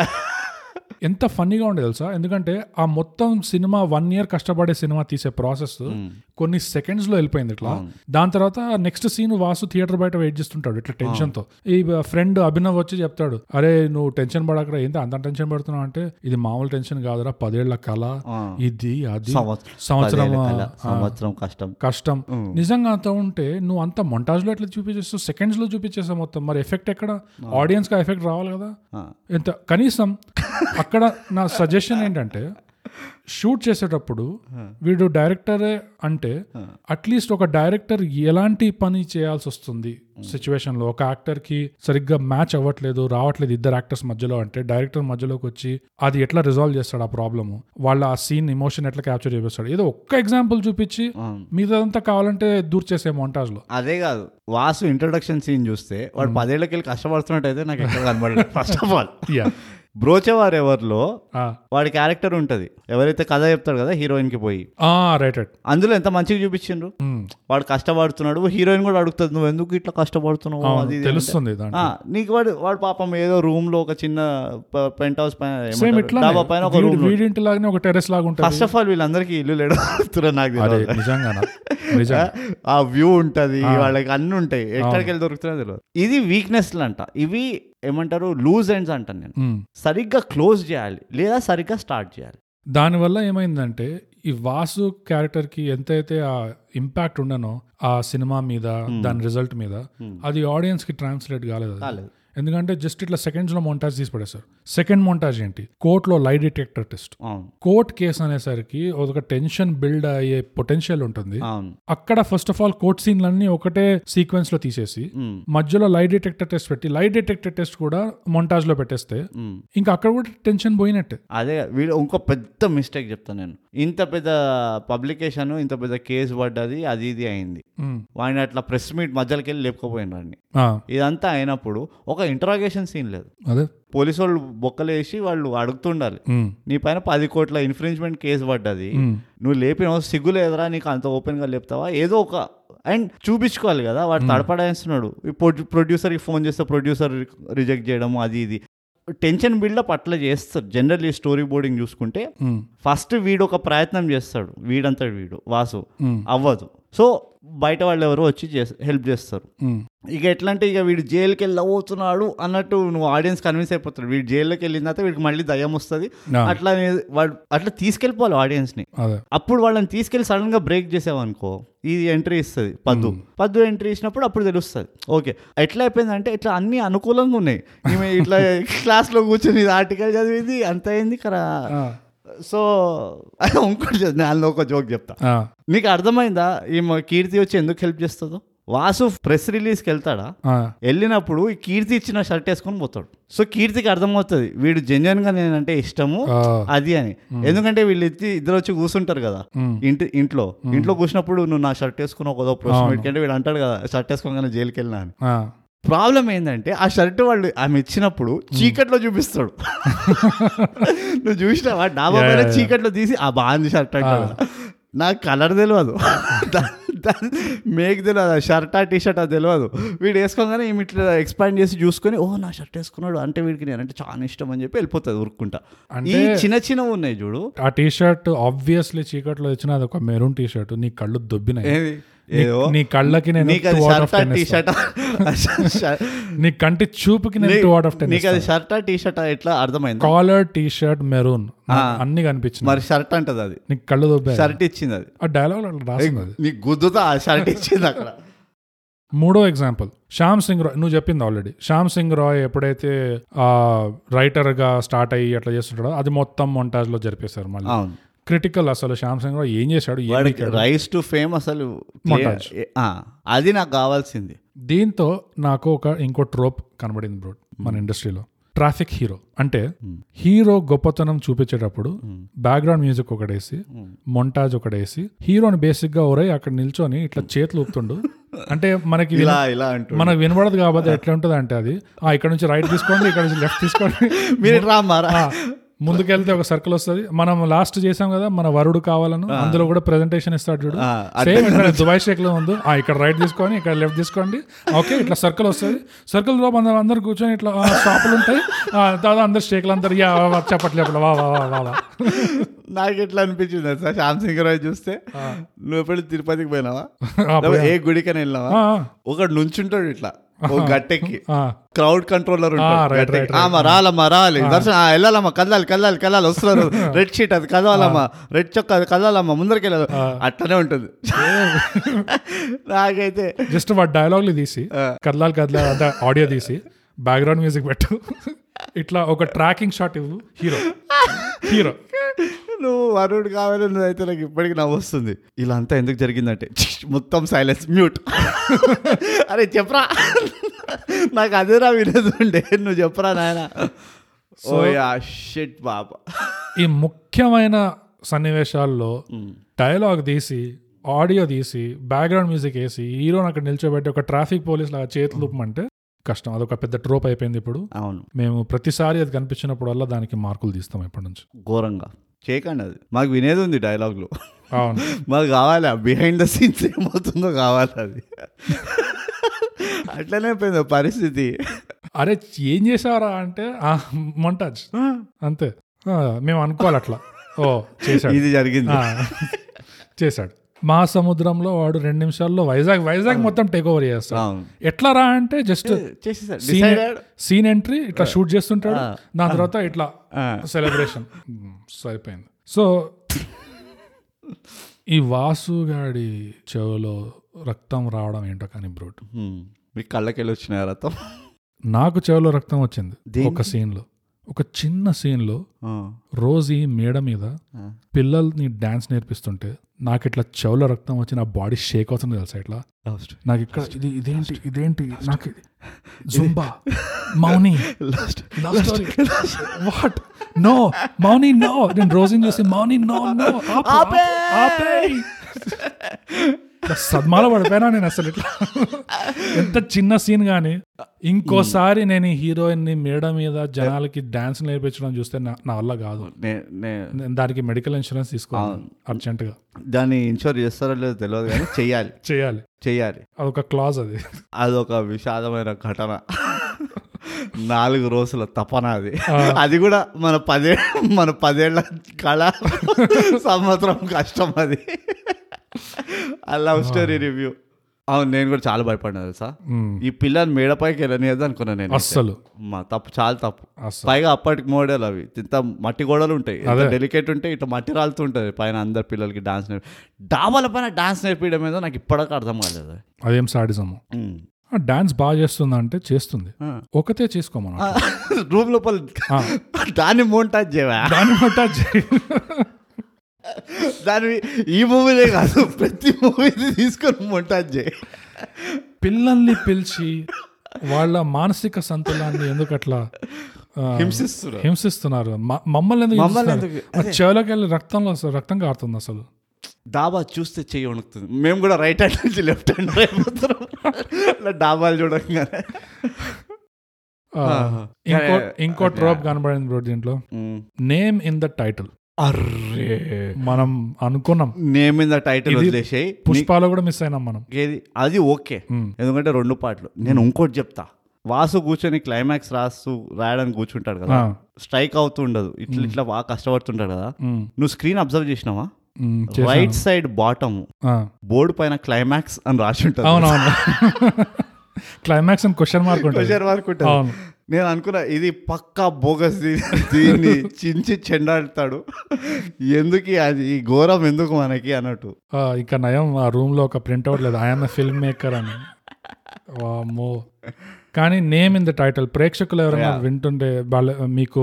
Speaker 2: ఎంత ఫన్నీగా ఉండే తెలుసా ఎందుకంటే ఆ మొత్తం సినిమా వన్ ఇయర్ కష్టపడే సినిమా తీసే ప్రాసెస్ కొన్ని సెకండ్స్ లో వెళ్ళిపోయింది ఇట్లా దాని తర్వాత నెక్స్ట్ సీన్ వాసు థియేటర్ బయట వెయిట్ చేస్తుంటాడు ఇట్లా టెన్షన్ తో ఈ ఫ్రెండ్ అభినవ్ వచ్చి చెప్తాడు అరే నువ్వు టెన్షన్ పడకరా ఏంటి అంత టెన్షన్ పడుతున్నావు అంటే ఇది మామూలు టెన్షన్ కాదురా పదేళ్ల కళ
Speaker 1: ఆ.
Speaker 2: ఇది అది
Speaker 1: సంవత్సరం
Speaker 2: సంవత్సరం
Speaker 1: పదేళ్ళ కల, సంవత్సరం కష్టం
Speaker 2: కష్టం నిజంగా అంత ఉంటే నువ్వు అంత montage లో ఎట్లా చూపించేస్తావు సెకండ్స్ లో చూపించేస్తావు మొత్తం మరి ఎఫెక్ట్ ఎక్కడ ఆడియన్స్ కి ఎఫెక్ట్ రావాలి కదా
Speaker 1: ఆ.
Speaker 2: ఎంత కనీసం అక్కడ నా సజెషన్ ఏంటంటే షూట్ చేసేటప్పుడు వీడు డైరెక్టరే అంటే అట్లీస్ట్ ఒక డైరెక్టర్ ఎలాంటి పని చేయాల్సి వస్తుంది సిచ్యువేషన్ లో ఒక యాక్టర్ కి సరిగ్గా మ్యాచ్ అవ్వట్లేదు రావట్లేదు ఇద్దరు యాక్టర్స్ మధ్యలో అంటే డైరెక్టర్ మధ్యలోకి వచ్చి అది ఎట్లా రిజాల్వ్ చేస్తాడు ఆ ప్రాబ్లమ్ వాళ్ళ ఆ సీన్ ఎమోషన్ ఎట్లా క్యాప్చర్ చేపిస్తాడు ఏదో ఒక్క ఎగ్జాంపుల్ చూపించి
Speaker 1: అవును.
Speaker 2: మిగతాదంతా కావాలంటే దూర్ చేసే మొంటాజ్ లో
Speaker 1: అదే కాదు వాసు ఇంట్రొడక్షన్ సీన్ చూస్తే వాడు పదేళ్ళకి వెళ్ళి కష్టపడుతున్నట్టయితే నాకు ఎక్కడ కనబడలేదు ఫస్ట్ ఆఫ్ ఆల్
Speaker 2: Yeah.
Speaker 1: బ్రోచేవారు ఎవరిలో
Speaker 2: ఆ.
Speaker 1: వాడి క్యారెక్టర్ ఉంటుంది ఎవరైతే కథ చెప్తాడు కదా హీరోయిన్ కి పోయి
Speaker 2: ఆ Hmm. రైట్ రైట్
Speaker 1: అందులో ఎంత మంచిగా చూపించిండ్రు వాడు కష్టపడుతున్నాడు హీరోయిన్ కూడా అడుగుతుంది నువ్వు ఎందుకు ఇట్లా కష్టపడుతున్నావు అది ఇది" అంటే.
Speaker 2: తెలుస్తుంది దాంట్లో
Speaker 1: ఆ, నీకు వాడు వాడు పాపం ఏదో రూమ్ లో ఒక చిన్న పెంట్ హౌస్ పైన
Speaker 2: సేమ్
Speaker 1: ఏమంటారు,
Speaker 2: ఇట్లా
Speaker 1: డాబా పైన ఒక రూమ్
Speaker 2: వీడింటి లాగానే ఒక టెరెస్ లాగా ఉంటుంది
Speaker 1: ఫస్ట్ ఆఫ్ ఆల్ వీళ్ళందరికీ ఇల్లు లేడు నాకు
Speaker 2: అదే
Speaker 1: తెలియదు
Speaker 2: నిజంగా నిజంగా
Speaker 1: ఆ వ్యూ ఉంటది వాళ్ళకి అన్ని ఉంటాయి ఎక్కడికి వెళ్ళి దొరుకుతున్నా తెలియదు ఇది వీక్నెస్ అంట ఇవి ఏమంటారు లూజ్ ఎండ్స్ అంటాను నేను
Speaker 2: ఉమ్.
Speaker 1: సరిగ్గా క్లోజ్ చేయాలి లేదా సరిగ్గా స్టార్ట్ చేయాలి
Speaker 2: దానివల్ల ఏమైందంటే ఈ వాసు క్యారెక్టర్ కి ఎంతైతే ఆ ఇంపాక్ట్ ఉండనో ఆ సినిమా మీద
Speaker 1: Hmm.
Speaker 2: దాని రిజల్ట్ మీద అది ఆడియన్స్ కి ట్రాన్స్లేట్ కాలేదు అది.
Speaker 1: కాలేదు.
Speaker 2: ఎందుకంటే జస్ట్ ఇట్లా సెకండ్స్ లో మొంటాజ్ తీసి పడేశారు సెకండ్ మొంటాజ్ ఏంటి కోర్టులో లై డిటెక్టర్ టెస్ట్
Speaker 1: అవును
Speaker 2: కోర్ట్ కేసు అనేసరికి ఒక టెన్షన్ బిల్డ్ అయ్యే పొటెన్షియల్ ఉంటుంది
Speaker 1: అవును
Speaker 2: అక్కడ ఫస్ట్ ఆఫ్ ఆల్ కోర్ట్ సీన్లన్నీ ఒకటే సీక్వెన్స్ లో తీసేసి
Speaker 1: ఉమ్,
Speaker 2: మధ్యలో లై డిటెక్టర్ టెస్ట్ పెట్టి లై డిటెక్టర్ టెస్ట్ కూడా మొంటాజ్ లో పెట్టేస్తే
Speaker 1: ఉమ్.
Speaker 2: ఇంకా అక్కడ కూడా టెన్షన్ పోయినట్టే
Speaker 1: అదే వీళ్ళు ఇంకో పెద్ద మిస్టేక్ చెప్తాను నేను ఇంత పెద్ద పబ్లికేషన్ ఇంత పెద్ద కేసు పడ్డది అది ఇది అయింది
Speaker 2: ఉమ్.
Speaker 1: వాడిని అట్లా ప్రెస్ మీట్ మధ్యలోకి వెళ్ళి లేపుకపోయినారు వాడిని.
Speaker 2: ఆ,
Speaker 1: ఇదంతా అయినప్పుడు ఒక ఇంటరాగేషన్ సీన్ లేదు
Speaker 2: అదే
Speaker 1: పోలీసు వాళ్ళు బొక్కలేసి వాళ్ళు అడుగుతుండాలి
Speaker 2: ఉమ్,
Speaker 1: నీ పైన పది కోట్ల ఇన్ఫ్రింజ్మెంట్ కేసు పడ్డది
Speaker 2: ఉమ్,
Speaker 1: నువ్వు లేపినావు సిగ్గు లేదురా నీకు అంత ఓపెన్ గా లేపుతావా ఏదో ఒక అండ్ చూపించుకోవాలి కదా వాడు తడపడేస్తున్నాడు ప్రొడ్యూసర్కి ఫోన్ చేస్తే ప్రొడ్యూసర్ రిజెక్ట్ చేయడం అది ఇది టెన్షన్ బిల్డప్ అట్లా చేస్తారు జనరల్ ఈ స్టోరీ బోర్డింగ్ చూసుకుంటే
Speaker 2: ఉమ్,
Speaker 1: ఫస్ట్ వీడు ఒక ప్రయత్నం చేస్తాడు వీడంతటి వీడు వాసు
Speaker 2: ఉమ్,
Speaker 1: అవ్వదు సో బయట వాళ్ళు ఎవరో వచ్చి హెల్ప్ చేస్తారు
Speaker 2: ఉమ్,
Speaker 1: ఇక ఎట్లా అంటే ఇక వీడు జైలుకి వెళ్ళి అవుతున్నాడు అన్నట్టు నువ్వు ఆడియన్స్ కన్విన్స్ అయిపోతాడు వీడు జైల్లోకి వెళ్ళిన తర్వాత వీడికి మళ్ళీ దయ్యం వస్తుంది
Speaker 2: నా,
Speaker 1: అట్లా అనేది వాడు అట్లా తీసుకెళ్ళిపోవాలి ఆడియన్స్ని
Speaker 2: అదే
Speaker 1: అప్పుడు వాళ్ళని తీసుకెళ్లి సడన్ గా బ్రేక్ చేసావనుకో ఇది ఎంట్రీ ఇస్తుంది పద్దు పద్దు ఎంట్రీ ఇచ్చినప్పుడు అప్పుడు తెలుస్తుంది ఓకే ఎట్లా అయిపోయిందంటే ఇట్లా అన్ని అనుకూలంగా ఉన్నాయి ఈమె ఇట్లా క్లాస్ లో కూర్చొని ఇది ఆర్టికల్ చదివింది అంత అయింది కదా
Speaker 2: ఆ,
Speaker 1: సో ఇంకోటి చెప్- నేను అందులో ఒక జోక్ చెప్తా
Speaker 2: ఆ,
Speaker 1: నీకు అర్థమైందా ఈమె కీర్తి వచ్చి ఎందుకు హెల్ప్ చేస్తుందో వాసు ప్రెస్ రిలీజ్కి వెళ్తాడా
Speaker 2: ఆ,
Speaker 1: వెళ్ళినప్పుడు ఈ కీర్తి ఇచ్చిన షర్ట్ వేసుకొని పోతాడు సో కీర్తికి అర్థమవుతుంది వీడు జెన్యున్ గా నేనంటే ఇష్టము
Speaker 2: ఆ,
Speaker 1: అది అని ఎందుకంటే వీళ్ళు ఇచ్చి ఇద్దరు వచ్చి కూర్చుంటారు కదా
Speaker 2: ఉమ్,
Speaker 1: ఇంటి ఇంట్లో ఇంట్లో కూర్చున్నప్పుడు నువ్వు నా షర్ట్ వేసుకుని ఒకదో ప్రెస్ మీట్కి అంటే వీడు అంటాడు కదా షర్ట్ వేసుకోగానే జైలుకి వెళ్ళినా అని
Speaker 2: ఆ,
Speaker 1: ప్రాబ్లం ఏంటంటే ఆ షర్ట్ వాళ్ళు ఆమె ఇచ్చినప్పుడు చీకట్లో చూపిస్తాడు నువ్వు చూసినావా డాబా
Speaker 2: Yeah,
Speaker 1: పైన
Speaker 2: yeah, yeah.
Speaker 1: చీకట్లో తీసి ఆ బాగుంది షర్ట్ అంటాడు నాకు కలర్ తెలియదు దా- దా- మేక్ తెలియదు ఆ షర్ట్ ఆ టీ షర్ట్ అది తెలియదు వీడు వేసుకోగానే ఈమె ఇట్లా ఎక్స్పాండ్ చేసి చూసుకొని ఓ నా షర్ట్ వేసుకున్నాడు అంటే వీడికి నేనంటే చాలా ఇష్టం అని చెప్పి వెళ్ళిపోతుంది ఉరుక్కుంటా ఈ
Speaker 2: అంటే-
Speaker 1: చిన్న చిన్నవి ఉన్నాయి చూడు
Speaker 2: ఆ టీ షర్ట్ ఆబ్వియస్లీ చీకట్లో ఇచ్చిన అది ఒక మెరూన్ టీ షర్ట్ నీ కళ్ళు దొబ్బినాయి
Speaker 1: ఏది
Speaker 2: నీ-
Speaker 1: ఏదో
Speaker 2: నీ కళ్ళకి నేను
Speaker 1: నీకు అది
Speaker 2: two out of
Speaker 1: షర్టా
Speaker 2: ten
Speaker 1: టీ
Speaker 2: ఇస్తా.
Speaker 1: షర్టా ష-
Speaker 2: నీ కంటి చూపుకి నేను టూ అవుట్ ఆఫ్ టెన్
Speaker 1: నీకు అది షర్టా టీ షర్టా ఎట్లా అర్థమైంది
Speaker 2: కాలర్ టీ షర్ట్ మెరూన్ అన్ని కనిపించినాయి
Speaker 1: మరి షర్ట్ అంటది అది
Speaker 2: నీకు కళ్ళు దొబ్బాయి
Speaker 1: షర్ట్ ఇచ్చింది అది
Speaker 2: ఆ డైలాగ్ రాసింది అది
Speaker 1: నీకు గుద్దుతా ఆ షర్ట్ ఇచ్చింది అక్కడ
Speaker 2: మూడో ఎగ్జాంపుల్ శ్యామ్ సింగ్ రాయ్ నువ్వు చెప్పింది ఆల్రెడీ శ్యామ్ సింగ్ రాయ్ ఎప్పుడైతే ఆ రైటర్ గా స్టార్ట్ అయ్యి అట్లా చేస్తుంటాడో అది మొత్తం మొంటాజ్ లో జరిపేశారు మళ్ళీ
Speaker 1: అవును
Speaker 2: క్రిటికల్ అసలు శ్యామ్ సింగ్ రాయ్ ఏం చేశాడు ఏం
Speaker 1: వాడికి
Speaker 2: చేశాడు?
Speaker 1: రైస్ టు ఫేమ్ అసలు
Speaker 2: Montage.
Speaker 1: ఏ- ఆ, అది నాకు కావాల్సింది
Speaker 2: దీంతో నాకు ఒక ఇంకో ట్రోప్ కనబడింది బ్రో మన ఇండస్ట్రీలో ట్రాఫిక్ హీరో అంటే హీరో గొప్పతనం చూపించేటప్పుడు బ్యాక్గ్రౌండ్ మ్యూజిక్ ఒకటేసి మొంటాజ్ ఒకటేసి హీరోని బేసిక్ గా ఒరే అక్కడ నిల్చొని ఇట్లా చేతులు ఊపుతుండు అంటే మనకి విన-
Speaker 1: ఇలా ఇలా అంటూ
Speaker 2: మనకు వినబడదు కాబట్టి ఎట్లా ఉంటుంది అంటే అది ఆ ఇక్కడ నుంచి రైట్ తీసుకోండి ఇక్కడ నుంచి లెఫ్ట్ తీసుకోండి
Speaker 1: మీరు ఇటు రామ్మారా
Speaker 2: ఆ, ముందుకెళ్తే ఒక సర్కిల్ వస్తది మనం లాస్ట్ చేసాం కదా మన వరుడు కావాలను అందులో కూడా ప్రెజెంటేషన్ ఇస్తాడు చూడు
Speaker 1: ఆ,
Speaker 2: సేమ్ ఇక్కడ దుబాయ్ షేక్ లో ఉంది ఆ, ఇక్కడ రైట్ తీసుకొని ఇక్కడ లెఫ్ట్ తీసుకోండి ఓకే ఇట్లా సర్కిల్ వస్తుంది సర్కిల్ లో మనం అందరు కూర్చొని ఇట్లా ఆ, షాపులు ఉంటాయి ఆ, దాదా అందరు షేక్లు అందరు యా, వా, వా, చప్పట్లు అప్పుడు వా వా వా వా వా
Speaker 1: నాకు ఎట్లా అనిపించింది సార్ శ్యామ్ సింగ్ రాయ్ చూస్తే నువ్వు ఎప్పుడు తిరుపతికి పోయినావా
Speaker 2: ఆ,
Speaker 1: లేకపోతే ఏ గుడికని వెళ్ళినావా
Speaker 2: ఆ,
Speaker 1: ఒకడు నుంచుంటాడు ఇట్లా ఓ గట్టెక్కి
Speaker 2: ఆ,
Speaker 1: crowd controller
Speaker 2: Ah, right, right, right.
Speaker 1: ఆమా రాలమ్మా రాలి దర్శనం ఆ, వెళ్ళాలమ్మా కదలాలి కదలాలి కదలాలి వస్తున్నారు రెడ్ షీట్ అది కదవాలమ్మా రెడ్ చొక్క అది కదవాలమ్మా ముందరికి వెళ్ళాలి అట్లనే ఉంటుంది నాకైతే
Speaker 2: జస్ట్ వాటి డైలాగులు తీసి కదలాలి కదలాలి అంటే ఆడియో తీసి బ్యాక్గ్రౌండ్ మ్యూజిక్ పెట్టు ఇట్లా ఒక ట్రాకింగ్ షాట్ ఇవ్వు హీరో హీరో
Speaker 1: నువ్వు వరుణ్ కావాలి నువ్వు అయితే నాకు ఇప్పటికి నవ్వు వస్తుంది ఇలా అంతా ఎందుకు జరిగిందంటే ఛిష్ మొత్తం సైలెన్స్ మ్యూట్ అరే చెప్పరా నాకు అదేరా వినేది ఉండే నువ్వు చెప్పరా నాయన ఓ యా షిట్ బాబా
Speaker 2: ఈ ముఖ్యమైన సన్నివేశాల్లో డైలాగ్ తీసి ఆడియో తీసి బ్యాక్గ్రౌండ్ మ్యూజిక్ వేసి హీరోని అక్కడ నిల్చోబెట్టి ఒక ట్రాఫిక్ పోలీస్ లాగా చేతులు ఊపమంటే కష్టం అదొక పెద్ద ట్రోప్ అయిపోయింది ఇప్పుడు
Speaker 1: అవును
Speaker 2: మేము ప్రతిసారి అది కనిపించినప్పుడల్లా దానికి మార్కులు తీస్తాం ఇప్పటి నుంచి
Speaker 1: ఘోరంగా చేయకండి అది మాకు వినేది ఉంది డైలాగ్లో
Speaker 2: అవును
Speaker 1: మాకు కావాలి బిహైండ్ ద సీన్స్ ఏమవుతుందో కావాలి అది అట్లనే పోయింది పరిస్థితి
Speaker 2: అరే ఏం చేసావరా అంటే మొంటాజ్ అంతే ఆ, మేము అనుకోవాలి అట్లా ఓ చేశాడు
Speaker 1: ఇది జరిగింది
Speaker 2: ఆ, చేశాడు మహాసముద్రంలో వాడు రెండు నిమిషాల్లో వైజాగ్ వైజాగ్ మొత్తం టేక్ ఓవర్ చేస్తాడు
Speaker 1: అవును
Speaker 2: ఎట్లా రా అంటే జస్ట్
Speaker 1: చేసేసాడు
Speaker 2: సీన్
Speaker 1: డిసైడెడ్
Speaker 2: సీన్ ఎంట్రీ ఇట్లా షూట్ చేస్తుంటాడు
Speaker 1: ఆ.
Speaker 2: దాని తర్వాత ఇట్లా సెలబ్రేషన్ సరిపోయింది సో ఈ వాసుగాడి చెవులో రక్తం రావడం ఏంటో కానీ బ్రూట్
Speaker 1: మీ కళ్ళకెళ్ళి వచ్చిన రథం
Speaker 2: నాకు చెవులో రక్తం వచ్చింది
Speaker 1: దేనికి?
Speaker 2: ఒక scene లో ఒక చిన్న scene లో రోజు ఈ మేడ మీద పిల్లల్ని డాన్స్ నేర్పిస్తుంటే నాకు ఇట్లా చెవులో రక్తం వచ్చి నా బాడీ షేక్ అవుతుంది తెలుసా ఇట్లా నాకు ఇక్కడ ఇది ఇదేంటి ఇదేంటి నాకు ఇది- జుంబా మౌని
Speaker 1: last
Speaker 2: Love story. What no Mouni no నేను రోజుని చూసి మౌని నో నో ఆపు, ఆపు, ఆపేయ్. ఇట్లా సద్మాలో పడిపోయినా నేను అసలు ఇట్లా ఎంత చిన్న సీన్ కానీ ఇంకోసారి నేను ఈ హీరోయిన్ ని మేడ మీద జనాలకి డాన్స్ నేర్పించడం చూస్తే నా నా వల్ల కాదు
Speaker 1: నే- నే-
Speaker 2: నేను దానికి మెడికల్ ఇన్సూరెన్స్ తీసుకోవాలి అర్జెంట్ గా
Speaker 1: దాన్ని ఇన్షూర్ చేస్తారో లేదో తెలియదు కానీ చెయ్యాలి
Speaker 2: చేయాలి
Speaker 1: చెయ్యాలి
Speaker 2: అదొక క్లాజ్ అది
Speaker 1: అదొక విషాదమైన ఘటన నాలుగు రోజుల తపన అది అది కూడా మన పదే మన పదేళ్ల కళ సంవత్సరం కష్టం అది ఆ లవ్ స్టోరీ రివ్యూ అవును నేను కూడా చాలా భయపడినా తెలుసా
Speaker 2: మ్మ్.
Speaker 1: ఈ పిల్లని మేడపైకి వెళ్ళనియదు అనుకున్నాను నేను
Speaker 2: అస్సలు
Speaker 1: మా తప్పు చాలా తప్పు
Speaker 2: అస్సలు
Speaker 1: పైగా అప్పటికి మోడల్ అవి ఇంత మట్టి గోడలు ఉంటాయి ఎంత
Speaker 2: అదే.
Speaker 1: డెలికేట్ ఉంటాయి ఇట్లా మట్టి రాలుతుంటుంది పైన అందరు పిల్లలకి డాన్స్ నేర్పి డాబాల పైన డాన్స్ నేర్పించడం ఏదో నాకు ఇప్పటికీ అర్థం కాలేదు
Speaker 2: అదేం సాడిజము
Speaker 1: ఉమ్.
Speaker 2: ఆ డాన్స్ బాగా చేస్తుందా అంటే చేస్తుంది
Speaker 1: ఆ.
Speaker 2: ఒకతే చేసుకోమను
Speaker 1: రూమ్ లోపల
Speaker 2: ఆ.
Speaker 1: దాన్ని మోంటాజ్ చేయవా
Speaker 2: దాని బట్ట చే-
Speaker 1: దాని ఈ మూవీలే కాదు ప్రతి మూవీ తీసుకొని మోంటాజ్ చేయ
Speaker 2: పిల్లల్ని పిలిచి వాళ్ళ మానసిక సంతులాన్ని ఎందుకు అట్లా ఆ,
Speaker 1: హింసిస్తున్నారు
Speaker 2: హింసిస్తున్నారు మ- మమ్మల్ని ఎందుకు
Speaker 1: మమ్మల్ని
Speaker 2: హింసిస్తున్నారు?
Speaker 1: ఎందుకు?
Speaker 2: ఆ చెవులోకి వెళ్ళి రక్తంలో అసలు రక్తం కారుతుంది అసలు
Speaker 1: డాబా చూస్తే చెయ్యి వణుకుతుంది మేము కూడా రైట్ హ్యాండ్ నుంచి లెఫ్ట్ హ్యాండ్ అయిపోతున్నాం అలా డాబాలు చూడగానే
Speaker 2: ఆ,
Speaker 1: ఆ.
Speaker 2: ఇంకో
Speaker 1: అదే,
Speaker 2: ఇంకో
Speaker 1: అదే.
Speaker 2: డ్రాప్ కనబడింది బ్రో దీంట్లో
Speaker 1: um.
Speaker 2: Name in the title
Speaker 1: అర్రే
Speaker 2: మనం అనుకున్నాం
Speaker 1: నేమ్ మీద టైటిల్
Speaker 2: ఇది
Speaker 1: వదిలేసాయి
Speaker 2: పుష్పాలో కూడా మిస్ అయినాం మనం
Speaker 1: ఏది అది ఓకే
Speaker 2: మ్మ్.
Speaker 1: ఎందుకంటే రెండు పాటలు నేను ఇంకోటి చెప్తా వాసు కూర్చొని క్లైమాక్స్ రాస్తూ రాయడానికి కూర్చుంటాడు కదా
Speaker 2: ఆ.
Speaker 1: స్ట్రైక్ అవుతూ ఉండదు ఇట్లా ఇట్లా బాగా కష్టపడుతుంటాడు కదా
Speaker 2: మ్మ్.
Speaker 1: నువ్వు స్క్రీన్ అబ్జర్వ్ చేసినావా
Speaker 2: మ్మ్. చేశాను.
Speaker 1: రైట్ సైడ్ బాటమ్
Speaker 2: ఆ.
Speaker 1: బోర్డు పైన క్లైమాక్స్ అని రాసి ఉంటుంది
Speaker 2: అవునవును క్లైమాక్స్ అని క్వశ్చన్ మార్క్ ఉంటుంది
Speaker 1: ప్రెషర్ వరకు ఉంటుంది.
Speaker 2: అవును.
Speaker 1: నేను అనుకున్నా ఇది పక్కా బోగస్ దీన్ని చించి చెండాడుతాడు ఎందుకు అది ఈ ఘోరం ఎందుకు మనకి అన్నట్టు
Speaker 2: ఆ, ఇంకా నయం ఆ రూమ్ లో ఒక ప్రింట్అవుట్ లేదు ఐఎమ్ ఎ ఫిల్మ్ మేకర్ అని వామ్మో కానీ నేమ్ ఇన్ ద టైటిల్ ప్రేక్షకులు ఎవరైనా
Speaker 1: Yeah.
Speaker 2: వింటుంటే వాళ్ళ మీకు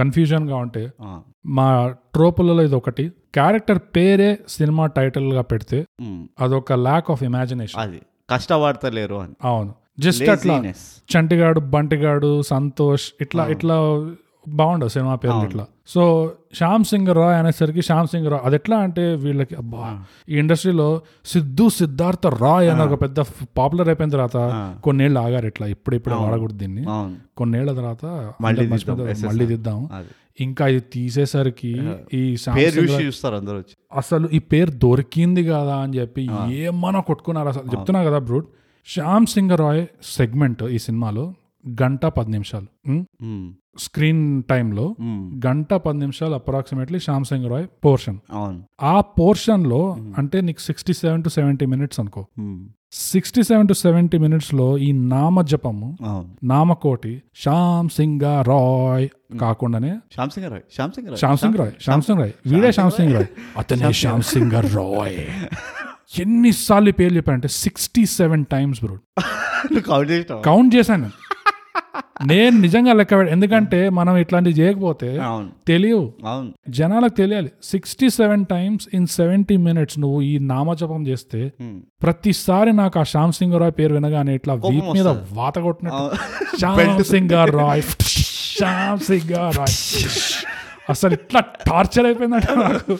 Speaker 2: కన్ఫ్యూజన్ గా ఉంటే
Speaker 1: ఆ,
Speaker 2: మా ట్రోపులలో ఇది ఒకటి క్యారెక్టర్ పేరే సినిమా టైటిల్ గా పెడితే
Speaker 1: ఉమ్,
Speaker 2: అదొక ల్యాక్ ఆఫ్ ఇమాజినేషన్
Speaker 1: అది కష్టపడతలేరు అని
Speaker 2: అవును జస్ట్ అట్లా
Speaker 1: Laziness.
Speaker 2: చంటిగాడు బంటిగాడు సంతోష్ ఇట్లా ఇట్లా బాగుండవు సినిమా పేరు ఇట్లా సో శ్యామ్ సింగ్ రాయ్ అనేసరికి శ్యామ్ సింగ్ రాయ్ అది ఎట్లా అంటే వీళ్ళకి అబ్బా ఈ ఇండస్ట్రీలో సిద్ధు సిద్ధార్థ రాయ్ అనే ఒక పెద్ద పాపులర్ అయిపోయిన తర్వాత కొన్నేళ్ళు ఆగారు ఇట్లా ఇప్పుడు ఇప్పుడు వాడకూడదు దీన్ని
Speaker 1: అవును
Speaker 2: కొన్నేళ్ల తర్వాత
Speaker 1: మళ్ళీ
Speaker 2: అందరూ
Speaker 1: తీద్దాం,
Speaker 2: మర్చిపోతారు,
Speaker 1: SSR.
Speaker 2: మళ్ళీ దిద్దాం
Speaker 1: అది.
Speaker 2: ఇంకా ఇది తీసేసరికి ఈ శ్యామ్
Speaker 1: పేరు
Speaker 2: సింగ్
Speaker 1: చూసి
Speaker 2: రాయ్
Speaker 1: చూస్తారు అందరూ వచ్చి
Speaker 2: అసలు ఈ పేరు దొరికింది కదా అని చెప్పి ఏమన్నా కొట్టుకున్నారు అసలు చెప్తున్నా కదా బ్రూట్ శ్యామ్ సింగ్ రాయ్ సెగ్మెంట్ ఈ సినిమాలో గంట పది నిమిషాలు ఉమ్,
Speaker 1: మ్మ్.
Speaker 2: స్క్రీన్ టైంలో
Speaker 1: మ్మ్.
Speaker 2: గంట పది నిమిషాలు అప్రాక్సిమేట్లీ శ్యామ్ సింగ్ రాయ్ పోర్షన్
Speaker 1: అవును
Speaker 2: ఆ పోర్షన్ లో అంటే నీకు sixty seven to seventy minutes అనుకో
Speaker 1: మ్మ్.
Speaker 2: Sixty seven to seventy minutes లో ఈ నామజపము
Speaker 1: అవును
Speaker 2: నామకోటి శ్యామ్ సింగ్ రాయ్ కాకుండానే
Speaker 1: శ్యామ్ సింగ్ రాయ్ శ్యామ్ సింగ్ రాయ్
Speaker 2: శ్యామ్ సింగ్ రాయ్ శ్యామ్ సింగ్ రాయ్ వీడే శ్యామ్ సింగ్ రాయ్ అతనే శ్యామ్ సింగ్ రాయ్ ఎన్నిసార్లు ఈ పేర్లు చెప్పారంటే సిక్స్టీ సెవెన్ టైమ్స్ బ్రో
Speaker 1: నువ్వు కౌంట్ చేసినావా?
Speaker 2: కౌంట్ చేశాను నేను నిజంగా లెక్క పెట్ట- ఎందుకంటే మనం ఇట్లాంటివి చేయకపోతే
Speaker 1: అవును
Speaker 2: తెలియవు
Speaker 1: అవును
Speaker 2: జనాలకు తెలియాలి sixty seven times in seventy minutes నువ్వు ఈ నామజపం చేస్తే
Speaker 1: మ్మ్.
Speaker 2: ప్రతిసారి నాకు ఆ శ్యామ్ సింగ్ రాయ్ పేరు వినగానే ఇట్లా వీప్ మీద వాత కొట్టినట్టు శ్యామ్ సింగ్ రాయ్ శ్యామ్ సింగ్ రాయ్ అసలు ఇట్లా టార్చర్ అయిపోయిందంట నాకు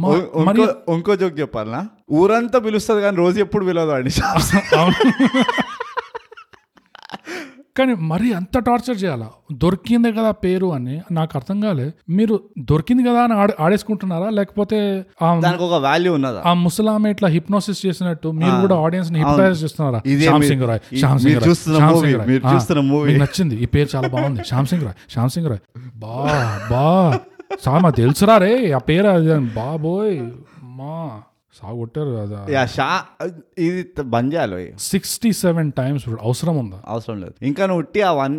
Speaker 2: మ-
Speaker 1: ఉం- ఇంకో
Speaker 2: మరి
Speaker 1: ఇంకో జోక్ చెప్పాలనా ఊరంతా పిలుస్తుంది కానీ రోజు ఎప్పుడు పిలవదు అండి శ్యామ్ సింగ్.
Speaker 2: అవును. కానీ మరి అంత టార్చర్ చేయాలా దొరికిందే కదా పేరు అని నాకు అర్థం కాలే మీరు దొరికింది కదా అని ఆడ- ఆడేసుకుంటున్నారా లేకపోతే ఆ
Speaker 1: దానికి ఒక వాల్యూ ఉన్నదా
Speaker 2: ఆ ముసలామె ఇట్లా హిప్నోసిస్ చేసినట్టు మీరు కూడా ఆడియన్స్ ని హిప్నోసైజ్ చేస్తున్నారా
Speaker 1: ఇదే
Speaker 2: శ్యామ్
Speaker 1: మీరు-
Speaker 2: సింగ్ రాయ్
Speaker 1: ఈ-
Speaker 2: శ్యామ్ సింగ్
Speaker 1: మీరు
Speaker 2: రాయ్,
Speaker 1: చూస్తున్న
Speaker 2: శ్యామ్
Speaker 1: movie,
Speaker 2: సింగ్ రాయ్.
Speaker 1: మీరు
Speaker 2: ఆ,
Speaker 1: చూస్తున్న movie.
Speaker 2: మీకు నచ్చింది ఈ పేరు చాలా బాగుంది శ్యామ్ సింగ్ రాయ్ శ్యామ్ సింగ్ రాయ్ బా బా సామా తెలుసురా రే ఆ పేరు అది అని. బాబోయ్ మా సాగొట్టారు అది
Speaker 1: యా షా ఇది త- బంద్ చేయాలి ఓయ్.
Speaker 2: సిక్స్టీ సెవెన్ టైమ్స్ అవసరం ఉందా
Speaker 1: అవసరం లేదు ఇంకా నువ్వు ఉట్టి ఆ one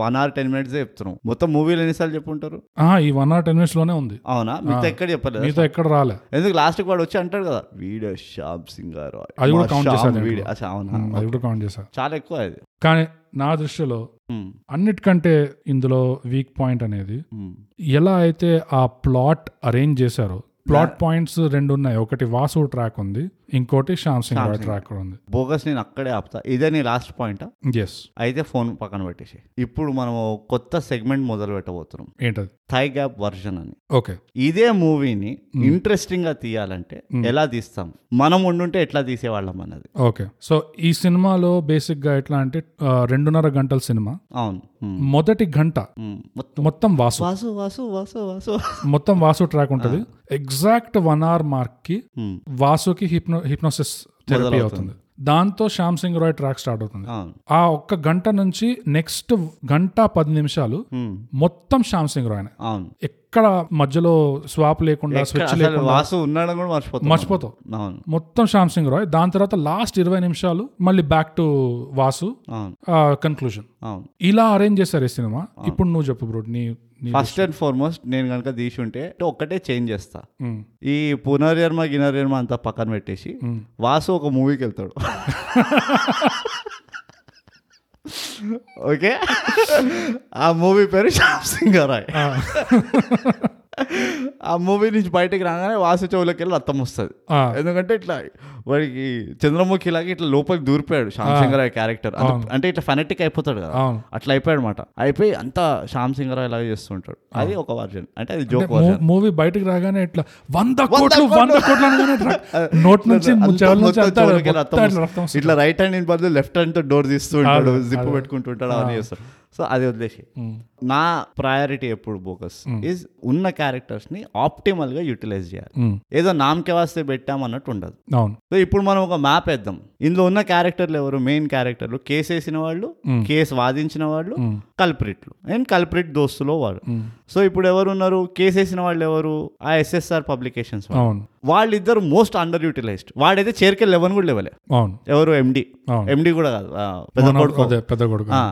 Speaker 1: one hour ten minutes చెప్తున్నావు మొత్తం మూవీలు ఎన్నిసార్లు చెప్పుంటారు
Speaker 2: ఆ, ఈ వన్ ఆర్ టెన్ మినిట్స్ లోనే ఉంది
Speaker 1: అవునా మీతో ఎక్కడ చెప్పలేదు
Speaker 2: మీతో ఎక్కడ రాలే
Speaker 1: ఎందుకు లాస్ట్ వాడు వచ్చి అంటాడు కదా వీడియో షామ్ సింగర్
Speaker 2: అది కూడా count చేశారు నేను.
Speaker 1: వీడియో అచ్చా, అవునా
Speaker 2: అది కూడా కౌంట్ చేశా
Speaker 1: చాలా ఎక్కువ అది
Speaker 2: కానీ నా దృష్టిలో
Speaker 1: ఉమ్,
Speaker 2: అన్నిటికంటే ఇందులో వీక్ పాయింట్ అనేది
Speaker 1: ఉమ్,
Speaker 2: ఎలా అయితే ఆ ప్లాట్ అరేంజ్ చేశారో ప్లాట్ పాయింట్స్ రెండు ఉన్నాయి ఒకటి వాసు ట్రాక్ ఉంది ఇంకోటి శ్యామ్ సింగ్ రాయ్ ట్రాక్ ఉంది
Speaker 1: బోగస్ నేను అక్కడే ఆపుతా ఇదే నీ లాస్ట్ పాయింటా
Speaker 2: ఎస్
Speaker 1: అయితే ఫోన్ పక్కన పెట్టేసి ఇప్పుడు మనం ఓ కొత్త సెగ్మెంట్ మొదలు పెట్టబోతున్నాం
Speaker 2: ఏంటది
Speaker 1: థై గ్యాప్ వర్షన్ అని
Speaker 2: ఓకే
Speaker 1: ఇదే మూవీని ఇంట్రెస్టింగ్ గా తీయాలంటే ఎలా తీస్తాం మనం ఉండుంటే ఎట్లా తీసేవాళ్ళం అన్నది
Speaker 2: ఓకే సో ఈ సినిమాలో బేసిక్ గా ఎట్లా అంటే ఆ, రెండున్నర గంటల సినిమా
Speaker 1: అవును ఉమ్,
Speaker 2: మొదటి గంట
Speaker 1: ఉమ్, మొత్తం
Speaker 2: మొత్తం వాసు
Speaker 1: వాసు వాసు వాసు వాసు
Speaker 2: మొత్తం Hmm. వాసు Ah. ట్రాక్ ఉంటది ఎగ్జాక్ట్ వన్ అవర్ మార్క్ కి
Speaker 1: ఉమ్,
Speaker 2: వాసుకి హిప్నో హిప్నోసిస్ థెరపీ Hmm. అవుతుంది Ah. దాంతో శ్యామ్ సింగ్ రాయ్ ట్రాక్ స్టార్ట్ అవుతుంది
Speaker 1: అవును
Speaker 2: ఆ ఒక్క గంట నుంచి నెక్స్ట్ గంట పది నిమిషాలు
Speaker 1: ఉమ్,
Speaker 2: మొత్తం శ్యామ్ సింగ్ రాయ్
Speaker 1: అవును
Speaker 2: ఎక్కడ మధ్యలో స్వాప్ లేకుండా స్విచ్
Speaker 1: అసలు
Speaker 2: లేకుండా
Speaker 1: వాసు ఉన్నాడని కూడా మర్చిపోతాం
Speaker 2: మర్చిపోతావు
Speaker 1: అవును
Speaker 2: మొత్తం శ్యామ్ సింగ్ రాయ్ దాని తర్వాత లాస్ట్ ఇరవై నిమిషాలు మళ్ళీ బ్యాక్ టు వాసు
Speaker 1: అవును
Speaker 2: కన్క్లూజన్
Speaker 1: అవును
Speaker 2: ఇలా అరేంజ్ చేశారు ఈ సినిమా ఇప్పుడు నువ్వు చెప్పు బ్రో నీ నీ-
Speaker 1: ఫస్ట్ అండ్ ఫార్మోస్ట్ నేను కనుక తీసి ఉంటే ఒక్కటే చేంజ్ చేస్తా
Speaker 2: ఉమ్,
Speaker 1: ఈ పునర్జన్మ గినర్జన్మ అంతా పక్కన పెట్టేసి
Speaker 2: ఉమ్.
Speaker 1: వాసు ఒక మూవీకి వెళ్తాడు ఓకే ఆ మూవీ పేరు శ్యామ్ సింగ్ రాయ్
Speaker 2: ఆ,
Speaker 1: ఆ మూవీ నుంచి బయటకు రాగానే వాసు చెవులకి వెళ్ళి రక్తం వస్తుంది
Speaker 2: ఆ,
Speaker 1: ఎందుకంటే ఇట్లా వాడికి చంద్రముఖి లాగా ఇట్లా లోపలికి దూరిపోయాడు శ్యామ్ సింగ్ రాయ్ క్యారెక్టర్ అంటే ఇట్లా ఫెనటిక్ అయిపోతాడు కదా
Speaker 2: అవును
Speaker 1: అట్లా అయిపోయాడు అనమాట అయిపోయి అంతా శ్యామ్ సింగ్ రాయ్ లాగా చేస్తుంటాడు అది ఒక వర్జన్ అంటే అది జోక్
Speaker 2: మూ-
Speaker 1: వర్జన్
Speaker 2: మూవీ బయటకు రాగానే ఇట్లా వంద కోట్లు వంద కోట్లు అనగానే రా- నోట్ నుంచి
Speaker 1: అంతా
Speaker 2: చెవుల నుంచి
Speaker 1: మొత్తం
Speaker 2: అంతా
Speaker 1: చెవులకి
Speaker 2: మొత్తం
Speaker 1: రక్తం
Speaker 2: రక్తం
Speaker 1: వస్తుంది. ఇట్లా రైట్ హ్యాండ్ ఇన్ బదులు లెఫ్ట్ హ్యాండ్ తో డోర్ తీస్తూ ఉంటాడు జిప్ పెట్టుకుంటుంటాడు అవన్నీ చేస్తాడు సో అది వదిలేసి నా ప్రయారిటీ ఎప్పుడు ఫోకస్ ఇస్ ఉన్న క్యారెక్టర్స్ ని ఆప్టిమల్ గా యూటిలైజ్ చేయాలి
Speaker 2: ఉమ్,
Speaker 1: ఏదో నామకే వాస్తే పెట్టాం అన్నట్టు ఉండదు
Speaker 2: అవును
Speaker 1: సో ఇప్పుడు మనం ఒక మ్యాప్ వేద్దాం ఇందులో ఉన్న క్యారెక్టర్లు ఎవరు మెయిన్ క్యారెక్టర్లు కేసు వేసిన వాళ్ళు కేసు వాదించిన వాళ్ళు కల్ప్రిట్లు అండ్ కల్ప్రిట్ దోస్తులో వాడు సో ఇప్పుడు ఎవరు ఉన్నారు కేసు వేసిన వాళ్ళు ఎవరు ఆ ఎస్ఎస్ఆర్ పబ్లికేషన్స్
Speaker 2: అవును
Speaker 1: వాళ్ళిద్దరు మోస్ట్ అండర్ యూటిలైజ్డ్ వాడైతే చేరికే లెవెన్ కూడా లేవలే
Speaker 2: అవును
Speaker 1: ఎవరు ఎండి
Speaker 2: అవును.
Speaker 1: ఎండి కూడా కాదు ఆ, పెద్ద
Speaker 2: అవును,
Speaker 1: కొడుకు
Speaker 2: అదే పెద్ద కొడుకు
Speaker 1: ఆ,